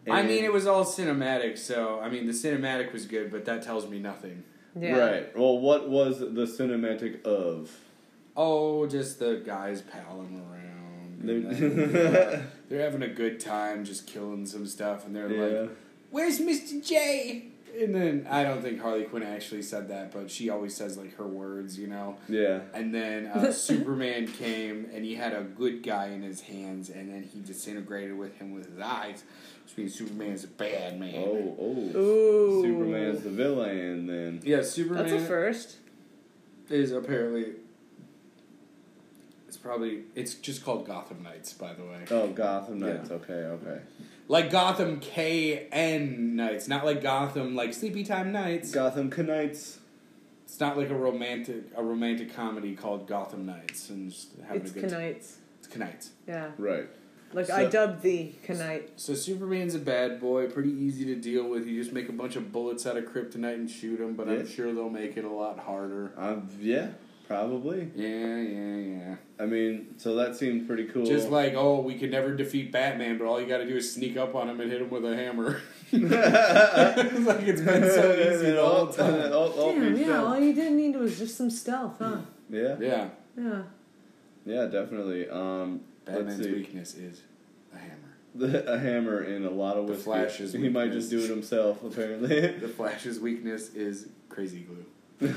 B: I
C: and-
B: mean, it was all cinematic, so I mean, the cinematic was good, but that tells me nothing.
A: Yeah.
C: right. Well, what was the cinematic of?
B: Oh, just the guys palling around. and
C: They're-
B: then, uh, they're having a good time, just killing some stuff, and they're like, "Where's Mister J?" And then I don't think Harley Quinn actually said that, but she always says like her words, you know.
C: yeah,
B: And then uh, Superman came, and he had a good guy in his hands, and then he disintegrated with him with his eyes, which means Superman's a bad man.
C: yeah. Oh, oh.
A: Ooh.
C: Superman's the villain. Then
B: Yeah, Superman.
A: That's a first.
B: is apparently it's probably it's just called Gotham Knights, by the way.
C: oh, Gotham
B: Yeah.
C: Knights. Okay, okay.
B: Like Gotham K N Knights, not like Gotham like Sleepy Time Nights.
C: Gotham Knights.
B: it's not like a romantic a romantic comedy called Gotham Knights and just having
A: It's
B: a good time.
A: Knights.
B: It's Knights.
A: Yeah.
C: Right.
A: Like I
C: So-
A: dubbed thee Knight.
B: So Superman's a bad boy, pretty easy to deal with. You just make a bunch of bullets out of kryptonite and shoot him, but
C: Yeah.
B: I'm sure they'll make it a lot harder.
C: Um, yeah, probably.
B: Yeah, yeah, yeah.
C: I mean, so that seemed pretty cool.
B: Just like, oh, we can never defeat Batman, but all you got to do is sneak up on him and hit him with a hammer. it's like it's been so easy the whole time.
C: Oh, oh,
A: Damn,
C: he's
A: yeah,
C: down.
A: all you did need was just some stealth, huh?
C: Yeah,
B: Yeah,
C: Hmm.
A: Yeah.
C: yeah, definitely. Um, let's
B: Batman's
C: see.
B: weakness is a hammer.
C: The, a hammer and a lot of
B: The
C: whiskey.
B: Flash is
C: he might just do it himself, apparently.
B: The Flash's weakness is crazy glue.
C: what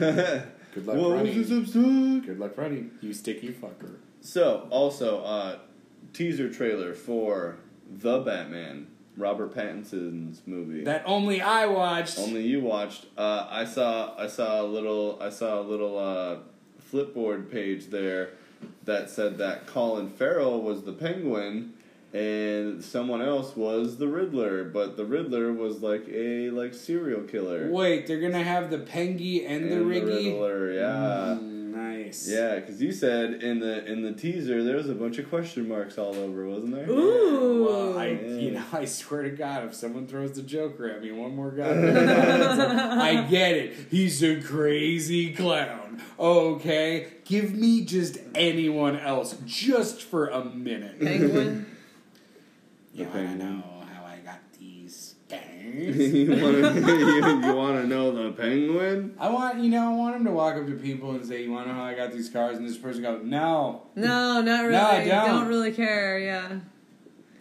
B: Good luck
C: was
B: running.
C: this episode?
B: Good luck running, you sticky fucker.
C: So, also, uh, teaser trailer for The Batman Robert Pattinson's movie.
B: that only I watched.
C: Only you watched. Uh, I saw. I saw a little. I saw a little uh, Flipboard page there that said that Colin Farrell was the Penguin and someone else was the Riddler, but the Riddler was like a like serial killer.
B: Wait, they're gonna have the Pengy and,
C: And
B: the Riggy.
C: Riddler, yeah.
B: Mm, nice.
C: Yeah, because you said in the in the teaser there was a bunch of question marks all over, wasn't there?
A: Ooh.
B: Well, I, you know, I swear to God, if someone throws the Joker at me one more goddamn time, I get it. He's a crazy clown. Okay, give me just anyone else, just for a minute.
A: Penguin.
B: You
C: The
B: wanna
C: penguin.
B: know how I got these things?
C: you want to you, you want to know the Penguin?
B: I want, you know, I want him to walk up to people and say, "You want to know how I got these cars?" And this person goes, "No."
A: No, not really.
B: I don't.
A: don't. really care. Yeah.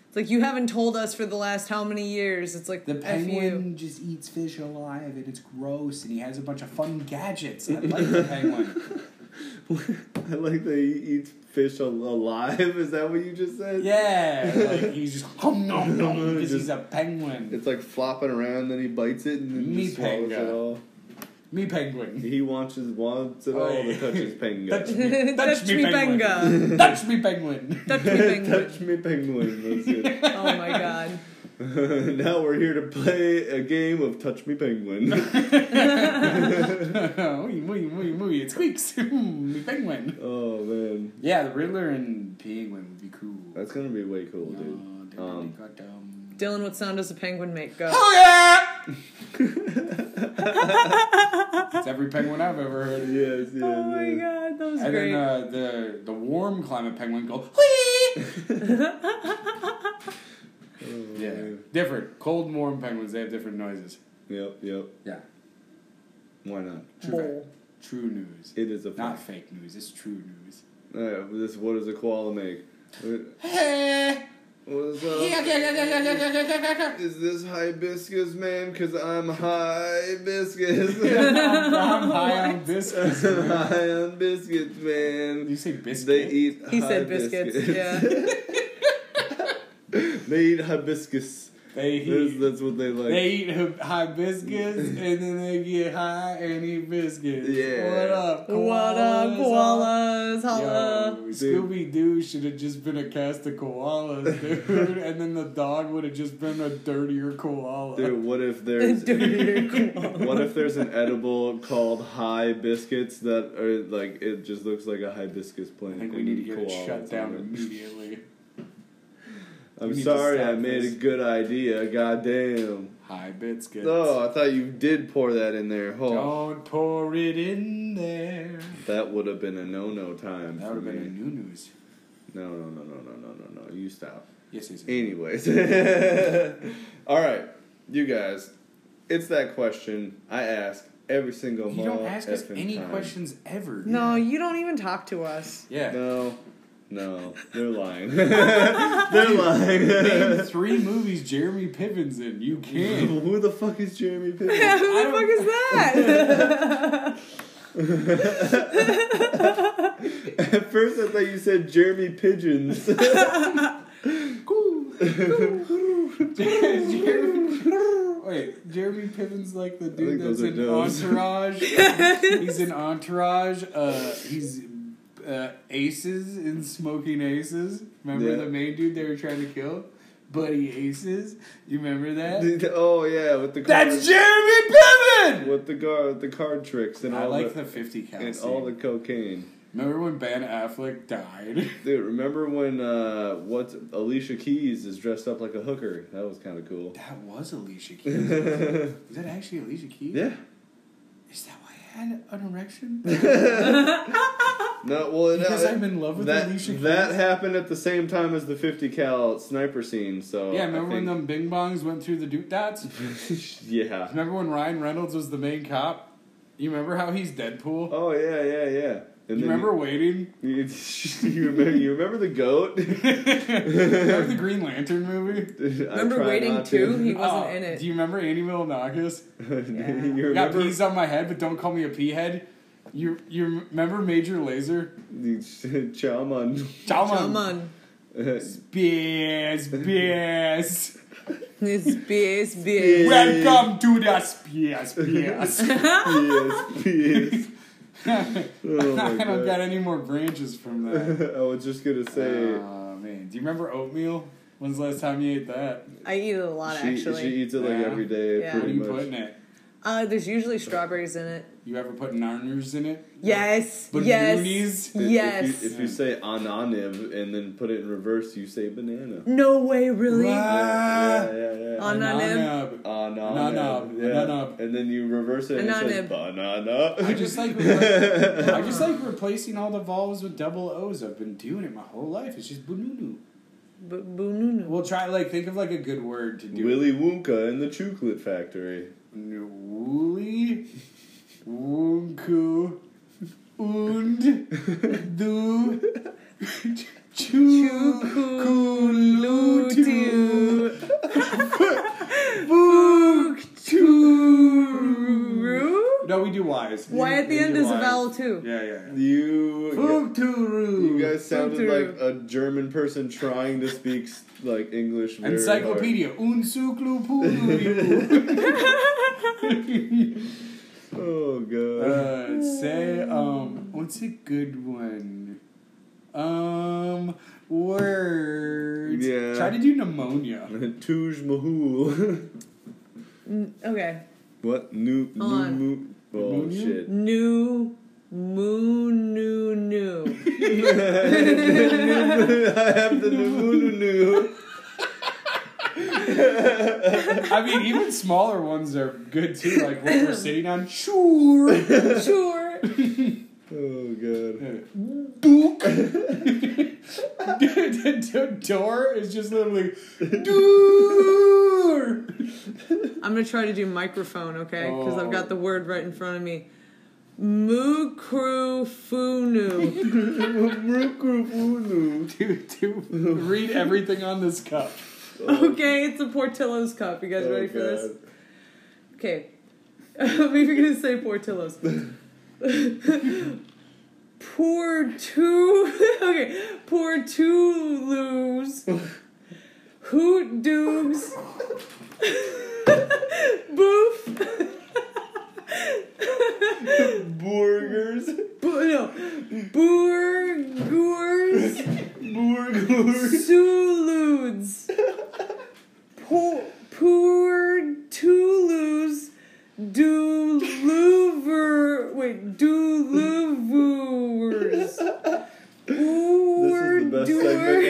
A: It's like you haven't told us for the last how many years. It's like
B: The
A: F
B: penguin just eats fish alive, and it's gross, and he has a bunch of fun gadgets. I like the penguin.
C: I like that he eats fish al- alive. Is that what you just said?
B: Yeah, like he's just hum nom nom because he's a penguin.
C: It's like flopping around, then he bites it and then
B: Me
C: just swallows
B: penga.
C: it all.
B: Me penguin.
C: He wants his wants it all to touch his
B: Oh, Touch
C: penguin.
B: me, touch
A: Touch
B: me
A: me,
B: penguin.
A: penga.
B: Touch me penguin.
A: Touch me, penguin.
C: touch me penguin. That's it.
A: oh my god.
C: now we're here to play a game of touch me penguin.
B: Wee, wee, wee, wee, It squeaks. Hmm, me penguin.
C: oh man,
B: Yeah, the Riddler and Penguin would be cool.
C: that's gonna be way cool,
B: No,
C: dude.
B: they're
C: Um,
B: really got, um,
A: Dylan, what sound does a penguin make? Go.
B: Oh yeah! it's every penguin I've ever heard.
C: Yes, yes.
A: Oh my
C: yes.
A: god, that was
B: And
A: great.
B: then uh, the the warm climate penguin go whee!
C: Oh,
B: Yeah,
C: man.
B: different. Cold and warm penguins they have different noises.
C: Yep, yep.
B: Yeah,
C: Why not?
B: true
A: Bull.
B: fact. True news.
C: It is a
B: Not
C: fact.
B: fake news. It's true news.
C: Uh, this what does a koala make? What-
B: Hey!
C: What's up? Is this hibiscus, man? Cause I'm hibiscus.
B: I'm, I'm high on biscuits.
C: I'm high on biscuits,
B: Did
C: man.
B: you say biscuit?
C: They eat.
A: He said biscuits.
C: hibiscus.
A: Yeah.
C: they eat hibiscus.
B: They
C: That's,
B: eat,
C: that's what they like.
B: they eat hi- hibiscus and then they get high and eat biscuits.
C: Yeah.
B: What up?
A: what up, koalas? Holla.
B: Yo, Scooby Doo should have just been a cast of koalas, dude, and then the dog would have just been a dirtier koala.
C: Dude, what if there's
A: Dirty koala.
C: what if there's an edible called hibiscus that are like it just looks like a hibiscus plant?
B: I think we
C: and
B: need to get it
C: koalas on
B: shut down
C: it.
B: immediately. We
C: I'm
B: need to
C: sorry,
B: stop
C: I made
B: this.
C: a good idea. Goddamn.
B: Hi, biscuits.
C: Oh, I thought you did pour that in there. Oh,
B: Don't pour it in there.
C: that would have been a no-no time
B: That
C: for
B: would have
C: me.
B: been a new news.
C: No, no, no, no, no, no, no, no. You stop.
B: Yes, yes, yes.
C: Anyways, all right, you guys. It's that question I ask every single.
B: You don't
C: mall
B: ask us
C: effing
B: any
C: time.
B: questions ever.
A: No, you don't even talk to us.
B: Yeah.
C: No, no, they're lying. they're lying.
B: Name three movies Jeremy Piven's in. You can't.
C: Who the fuck is Jeremy Piven?
A: Who the
B: don't-
A: fuck is that?
C: At first, I thought you said Jeremy Pigeons.
B: Jeremy, wait, Jeremy Piven's like the dude
C: think
B: that's
C: those are
B: in
C: doves.
B: Entourage. he's in Entourage. Uh, he's uh, Aces in Smoking Aces. Remember
C: Yeah.
B: the main dude they were trying to kill? Buddy Aces. You remember that?
C: oh yeah, with the card,
B: That's Jeremy Piven!
C: with the gar with the card tricks and
B: I
C: all
B: like
C: the,
B: the 50 count.
C: and
B: scene.
C: all the cocaine.
B: Remember when Ben Affleck died?
C: Dude, remember when uh, what Alicia Keys is dressed up like a hooker? That was kind of cool.
B: That was Alicia Keys. Is that actually Alicia Keys?
C: Yeah.
B: Is that why I had an erection?
C: No, well,
B: Because
C: that,
B: I'm in love with
C: that,
B: Alicia Keys.
C: that happened at the same time as the 50 cal sniper scene. So
B: yeah,
C: I
B: remember when
C: think-
B: them bing bongs went through the doot dots?
C: yeah.
B: remember when Ryan Reynolds was the main cop? You remember how he's Deadpool?
C: Oh yeah, yeah, yeah. And
B: you
C: then
B: remember waiting?
C: You, you, you remember? You remember the goat?
B: remember the Green Lantern movie?
A: Remember waiting too? He wasn't
B: Oh,
A: in it.
B: Do you remember Annie Milonakis?
A: Yeah.
C: you
B: I Got
C: remember?
B: peas on my head, but don't call me a pea head. You you remember Major Laser?
C: Chaman.
B: Chalman.
A: Come on.
B: Spears, Spears.
A: It's BS, BS.
B: Welcome to the Spias Spias.
C: yes, yes. Oh my
B: I don't got
C: god.
B: any more branches from that.
C: I was just gonna say
B: Oh man, do you remember oatmeal? When's the last time you ate that?
A: I eat it a lot
C: she,
A: actually.
C: she eats it like
B: Yeah.
C: every day,
A: Yeah.
B: What do
C: pretty
B: you
C: much.
B: put in it?
A: uh, there's usually strawberries in it.
B: You ever put Narniers in it?
A: Yes.
B: But
A: yes.
B: Goonies?
C: If- if you-
A: Yes.
C: If you, say ananiv and then put it in reverse, you say banana.
A: no way, really.
B: Right.
C: Yeah, yeah, yeah, yeah.
A: An- Ananib.
B: Ananib.
C: Ananib,
B: Ananib,
C: yeah.
B: ananib.
C: And then you reverse it and it says
A: Ananib.
C: banana.
B: I just like repla- I just like replacing all the vowels with double O's. I've been doing it my whole life. It's just bununu.
A: B- bununu.
B: We'll try like think of like a good word to do.
C: Willy Wonka and the Chocolate Factory.
B: Wooly, Wunku, Und, Du, Chukulutu,
A: Chukulutu. Bukturu.
B: No, we do Y's.
A: Why at the
B: We
A: end
B: do
A: is a
B: Ys.
A: vowel too?
B: Yeah, yeah. yeah.
C: You,
B: Fukturu.
C: you guys sounded
A: Fukturu.
C: like a German person trying to speak like English. Very
B: Encyclopedia. Unsuklupulu.
C: Hard. Oh god.
B: Uh, say, um, what's a good one? Um, words.
C: Yeah.
B: Try to do pneumonia.
C: Touj Mahul.
A: N- Okay.
C: what? New, new,
A: on.
C: moo- Oh
B: Pneumonia?
C: shit.
A: New moo new new.
C: I have the new new.
B: I mean, even smaller ones are good too, like what we're sitting on. Sure.
A: Sure.
C: Oh god.
B: Book. door is just literally door.
A: I'm gonna try to do microphone, okay? Because I've
B: Oh.
A: got the word right in front of me. Mukrufunu.
C: Rukrufunu.
B: To, to read everything on this cup.
A: okay, it's a Portillo's cup. You guys
C: Oh,
A: ready for this?
C: God.
A: Okay. we were gonna say Portillo's. Poor two. Okay. Poor two lose. Hoot doogs. Boof.
C: Burgers.
A: Bo- no. Burgers.
C: Burgers.
A: Suludes. Poor, poor Toulouse. Duluver. Wait, Duluvers.
C: This is the best segment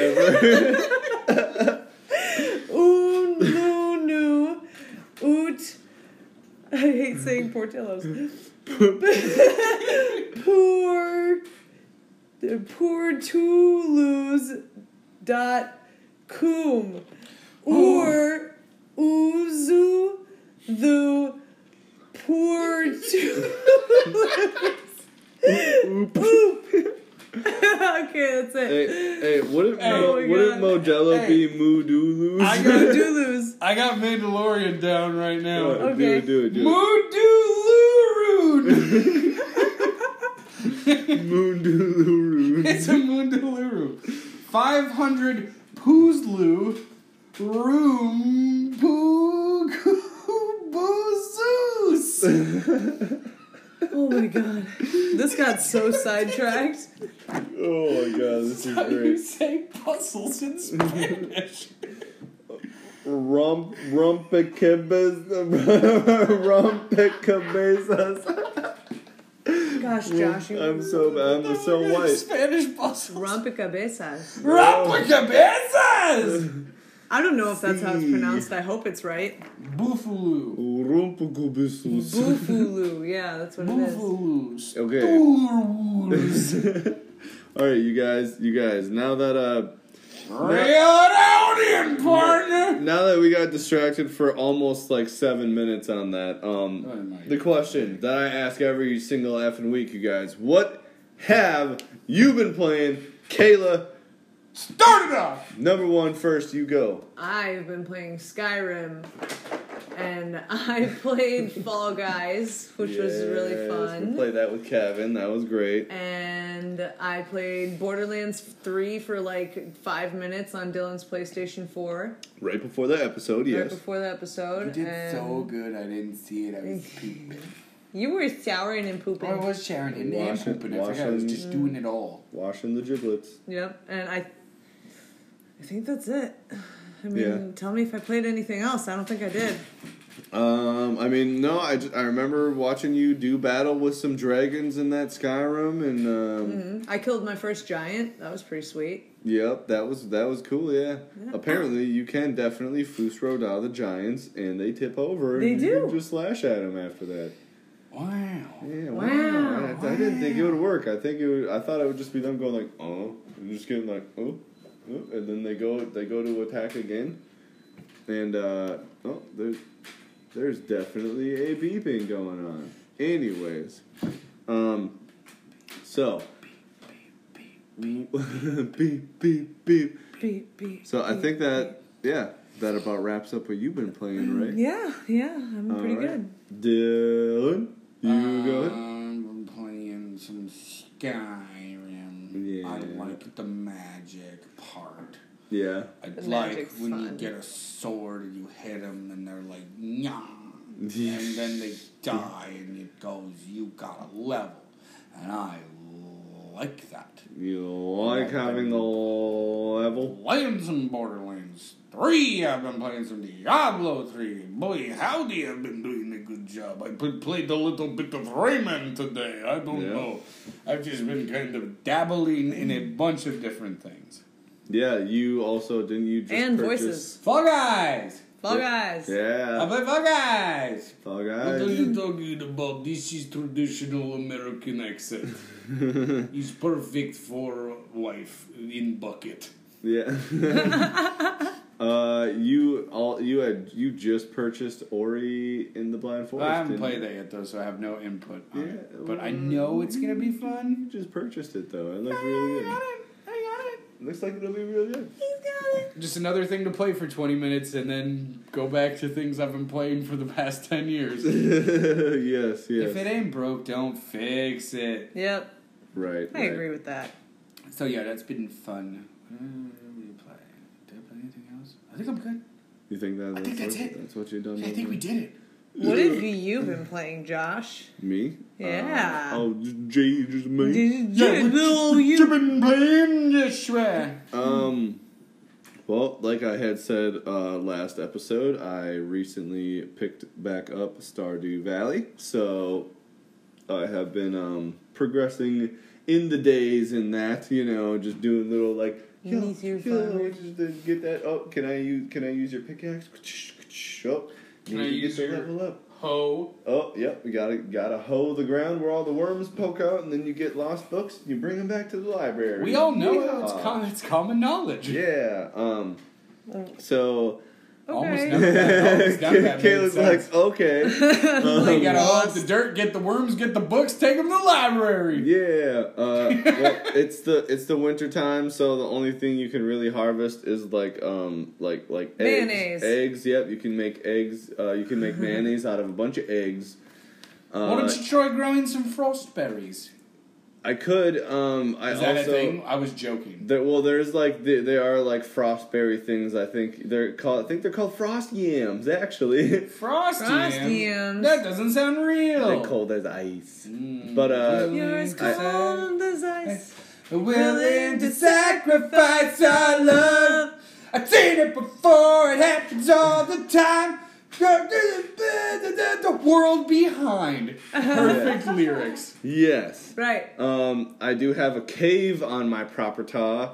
C: ever.
A: Ununu. Oot. I hate saying Portillo's. poor. Poor Toulouse dot cum or uzu the poor
C: Oop.
A: okay that's
C: Hey,
A: it
C: hey, what if
B: Hey.
C: Mo,
A: Oh my
C: what if
A: God.
C: Modelo
B: Hey.
C: be Moodulus?
B: I got-
A: you do lose
B: I got Mandalorian down right now.
C: Do
A: Okay.
C: it, do it, do
B: Moodulurun.
C: it. Moodulurun.
B: It's a Mundaluru. 500 Poozlu Room Boozoo.
A: oh my god this got so sidetracked
C: Oh my god, this is
B: How do you
C: great.
B: say puzzles in Spanish?
C: Rump, rumpecabezas.
A: gosh josh you
C: I'm so bad. I'm so white.
B: Spanish puzzles.
A: rompicabezas
B: Rompacabezas!
A: i don't know if that's how it's
C: See.
A: pronounced i hope it's right
B: Bufulu.
C: Rumpecabezas.
A: bufulu yeah that's what it is
B: Bufulus.
C: Okay.
B: Turus.
C: All right, you guys, you guys. Now that uh,
B: Reel it out in, partner!
C: now that we got distracted for almost like seven minutes on that, um,
B: Oh my
C: the question that I ask every single effing week, you guys, what have you been playing, Kayla?
B: Start it off!
C: Number one, first you go.
A: i've been playing skyrim and I played Fall Guys, which was really
C: Yes,
A: fun.
C: We played that with Kevin. That was great.
A: and I played Borderlands 3 for like five minutes on Dylan's PlayStation 4
C: Right before the episode,
A: right
C: yes.
A: before the episode.
B: You did
A: and
B: so good. I didn't see it. I was pooping.
A: You were souring and pooping.
B: I was sharing it and
C: Wash it,
B: pooping. I
C: wash
B: forgot I was
C: it.
B: just doing it all.
C: Washing the giblets.
A: Yep, and I, I think that's it. I mean,
C: Yeah.
A: tell me if I played anything else. I don't think I did.
C: Um, I mean, no, I, ju- I remember watching you do battle with some dragons in that Skyrim, and um,
A: I killed my first giant. That was pretty sweet.
C: yep, that was that was cool. Yeah. Apparently, you can definitely Fusro the giants, and they tip over.
A: They
C: and you can
A: do.
C: just slash at them after that.
B: Wow.
C: Yeah, wow.
A: Wow.
C: I, I didn't think it would work. I think it would, I thought it would just be them going like, oh, and just getting like, oh, oh, and then they go they go to attack again, and uh, oh, there's there's definitely a beeping going on. Anyways, um, so beep beep beep.
A: Beep, beep,
C: So I
A: beep,
C: think that yeah, that about wraps up what you've been playing,
A: beep.
C: right?
A: Yeah, yeah, I'm pretty good.
C: good. Dylan, you
B: Uh,
C: go ahead.
B: Um, I'm playing some Skyrim.
C: Yeah.
B: I like the magic part.
C: Yeah.
B: I
A: The
B: like
A: magic's
B: when you
A: fun.
B: get a sword and you hit them and they're like, nah. and then they die and it goes, you got a level. And I like that.
C: You like having the level?
B: Playing some Borderlands 3. I've been playing some Diablo 3. Boy, howdy, I've been doing a good job. I pl- played a little bit of Rayman today. I don't
C: Yeah.
B: know. I've just been kind of dabbling in a bunch of different things.
C: Yeah, you also didn't you just
A: And
C: purchase-
A: voices.
B: Fall Guys!
A: Fall guys.
B: I
C: Yeah.
B: play Fall Guys!
C: Fall
B: What are
C: guys.
B: you talking about? This is traditional American accent. it's perfect for life in bucket.
C: Yeah. uh, you all you had you just purchased Ori in the Blind Forest.
B: I haven't
C: didn't
B: played
C: you?
B: that yet though, so I have no input on
C: Yeah,
B: it. But I
C: well,
B: know it's gonna be fun.
C: You just purchased it though. It looks really good.
B: I got
C: Looks like it'll be really good.
B: it. Just another thing to play for 20 minutes and then go back to things I've been playing for the past 10 years.
C: yes, yes.
B: If it ain't broke, don't fix it.
A: Yep,
C: right.
A: I
C: right.
A: agree with that.
B: So yeah, that's been fun. What did we play? Did I play anything else? I think I'm good.
C: You think that
B: I
C: that's,
B: think that's
C: what,
B: it.
C: that's what you done?
B: Yeah, I think we
C: over?
B: did it.
A: What have you been playing, Josh?
C: Me?
A: Yeah.
C: Uh, oh, Jay, you just me.
A: Did
B: Yeah,
A: you
B: what
A: know
B: you
A: you?
B: been playing this way?
C: Um, well, like I had said uh, last episode, I recently picked back up Stardew Valley, so I have been um, progressing in the days in that. You know, just doing little like.
A: You
C: yeah,
A: need your
C: yeah,
A: flower.
C: just to get that. Oh, can I use? Can I use your pickaxe? Oh,
B: Can
C: need
B: I
C: to get
B: use
C: the
B: your-
C: level up?
B: Ho.
C: Oh, yep. We gotta gotta hoe the ground where all the worms poke out, and then you get lost books. and You bring them back to the library.
B: We all know it. It's,
C: Yeehaw.
B: com- it's common knowledge.
C: Yeah. Um. So
B: Almost
A: Okay.
B: never got- almost never got made
C: Kayla's
B: sense.
C: like, uh, okay, um,
B: They gotta
A: Lost.
B: hold the dirt, get the worms, get the books, take them to the library.
C: yeah. Uh, well, it's the it's the winter time, so the only thing you can really harvest is like um like like eggs.
A: Mayonnaise.
C: Eggs. Yep. You can make eggs. Uh, you can make mayonnaise out of a bunch of eggs. Uh,
B: Why don't you try growing some frost berries?
C: I could. Um. I
B: Is that
C: also.
B: a thing? I was joking.
C: There, well, there's like the, they are like frostberry things. I think they're called. I think they're called frost yams. Actually,
B: Frost,
A: Frost
B: yams?
A: yams.
B: That doesn't sound real.
C: they're cold as ice.
B: Mm.
C: But, uh,
A: You're as cold as ice.
B: willing to sacrifice our love. I've seen it before. It happens all the time. The world behind. Perfect lyrics.
C: Yes.
A: Right.
C: Um, I do have a cave on my property, and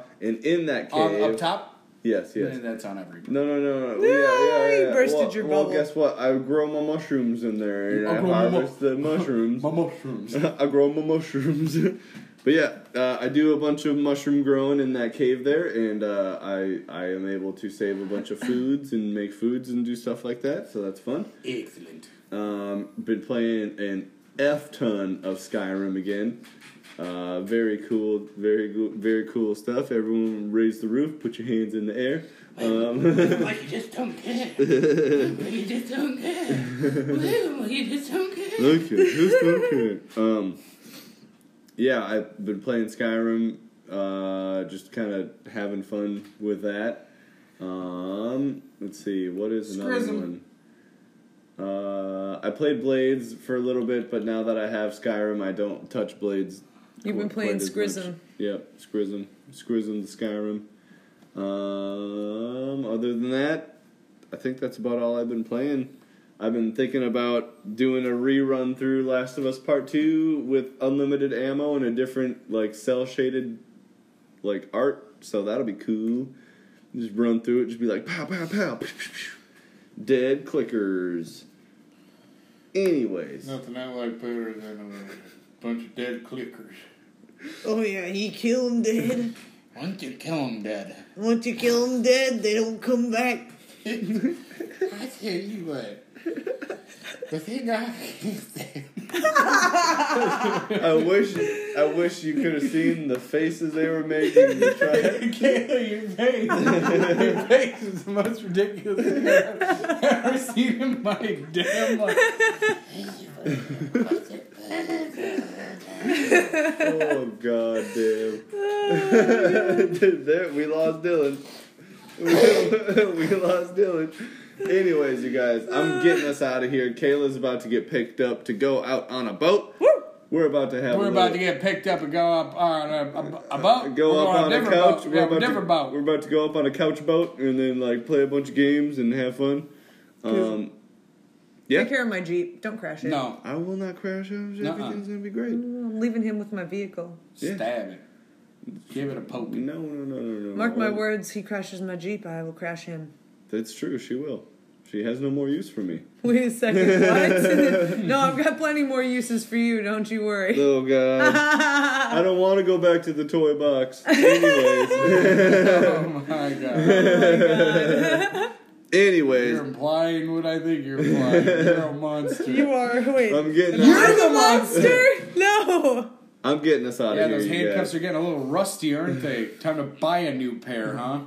C: in that
B: On,
C: cave,
B: up top.
C: yes, yes.
B: That's on every.
C: No, no, no, no.
A: Yeah,
C: Yeah, yeah,
A: you
C: yeah.
A: bursted
C: well,
A: your
C: well,
A: bubble.
C: guess what? I grow my mushrooms in there, and
B: I
C: I
B: grow Oh, my mu-
C: harvest the mushrooms.
B: My mushrooms.
C: I grow my mushrooms. but yeah, uh, I do a bunch of mushroom growing in that cave there, and uh, I I am able to save a bunch of foods and make foods and do stuff like that. So that's fun.
B: Excellent.
C: Um, been playing an f ton of Skyrim again. Uh, very cool, very go- very cool stuff. Everyone, raise the roof. Put your hands in the air. Um,
D: Well, you just don't care. Well, you just don't care. Well, you just don't care.
C: okay, just okay. Um, yeah, I've been playing Skyrim, uh, just kind of having fun with that. Um, let's see, what is another
B: Scrism.
C: one? Uh, I played Blades for a little bit, but now that I have Skyrim, I don't touch Blades.
A: You've been
C: qu-
A: playing
C: quite as
A: Scrism.
C: much. Yep, Scrism, Scrism to Skyrim. Um, other than that, I think that's about all I've been playing. I've been thinking about doing a rerun through Last of Us Part Two with unlimited ammo and a different like cell shaded like art, so that'll be cool. Just run through it, just be like pow pow pow, pew, pew, pew. dead clickers. Anyways,
B: Nothing I like better than a bunch of dead clickers.
A: Oh yeah, you kill them dead.
D: Once you kill him dead.
A: Once you kill them dead, they don't come back.
D: I tell you what. The thing I
C: I wish I wish you could have seen the faces they were making. To try
B: Kayla, your face. your face is the most ridiculous thing I've ever seen in my damn life.
C: Oh god damn. there, we lost Dylan. we lost Dylan. Anyways, you guys, I'm getting us out of here. Kayla's about to get picked up to go out on a boat. We're about to have
B: We're
C: a
B: about to
C: little-
B: get picked up and go up on a, a, a boat.
C: Uh, go
B: We're
C: up
B: going
C: on a
B: different
C: couch.
B: Boat. Yeah,
C: about
B: different
C: to,
B: boat.
C: We're about to go up on a couch boat and then like play a bunch of games and have fun. Um,
A: Take
C: yeah,
A: care of my Jeep. Don't crash it.
B: no,
C: I will not crash. Everything's
B: Nuh-uh.
C: gonna be great.
A: I'm leaving him with my vehicle.
C: Yeah.
B: stab it. Give it a poke.
C: No, no, no, no, no.
A: Mark my
C: no.
A: words, he crashes my Jeep, I will crash him.
C: That's true. She will. She has no more use for me.
A: Wait a second, what? no, I've got plenty more uses for you, don't you worry.
C: Oh god. I don't want to go back to the toy box. Anyways,
B: Oh my god. You're
C: anyways,
B: implying what I think you're implying. You're a monster.
A: You are, wait.
C: I'm getting
A: You're the monster? no!
C: I'm getting us out
B: yeah,
C: of here.
B: those
C: you
B: handcuffs
C: guys.
B: are getting a little rusty, aren't they? Time to buy a new pair, huh?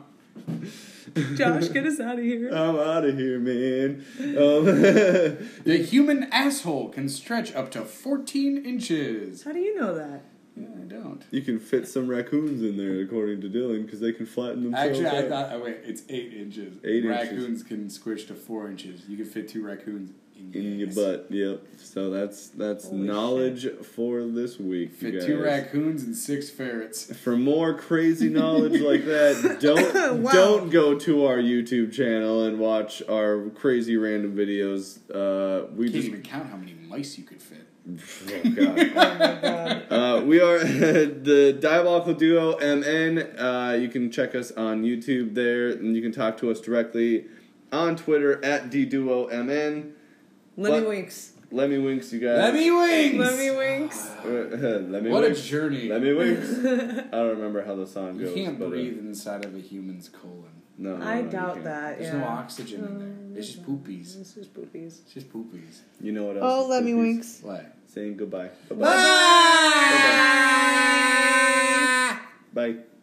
A: Josh, get us out of here.
C: I'm out of here, man. Um,
B: The human asshole can stretch up to 14 inches.
A: How do you know that?
B: Yeah, I don't.
C: you can fit some raccoons in there, according to Dylan, because they can flatten themselves.
B: Actually, I
C: out.
B: thought. Oh wait, it's eight inches.
C: Eight inches.
B: raccoons can squish to four inches. You can fit two raccoons in,
C: in your
B: ass.
C: butt. Yep. So that's that's
A: Holy
C: knowledge for this week, you
B: Fit
C: guys.
B: two raccoons and six ferrets.
C: For more crazy knowledge like that, don't
A: Wow.
C: don't go to our YouTube channel and watch our crazy random videos. Uh, we
B: You can't
C: just
B: even count how many mice you could fit.
C: oh god. uh, we are the Diabolical Duo MN. Uh, you can check us on YouTube there, and you can talk to us directly on Twitter at DDuo MN.
A: Lemmy
C: What?
A: Winks.
C: Let me winks, you guys. Uh,
B: Let me wings.
A: Lemmy Winks.
C: Let me
B: What a
C: winks.
B: journey.
C: Let me winks. I don't remember how the song
B: you
C: goes.
B: can't
C: but, uh,
B: breathe inside of a human's colon.
C: No, no, no,
A: I
C: you
A: doubt
C: can't.
A: that,
B: There's
A: yeah.
B: no oxygen in there. It's just poopies.
A: This is poopies.
B: It's just poopies.
C: You know what else?
A: Oh,
C: is
A: Lemmy
C: Poopy's?
A: Winks.
B: What?
A: Ah!
C: Saying goodbye. Bye-bye. Bye-bye. Bye.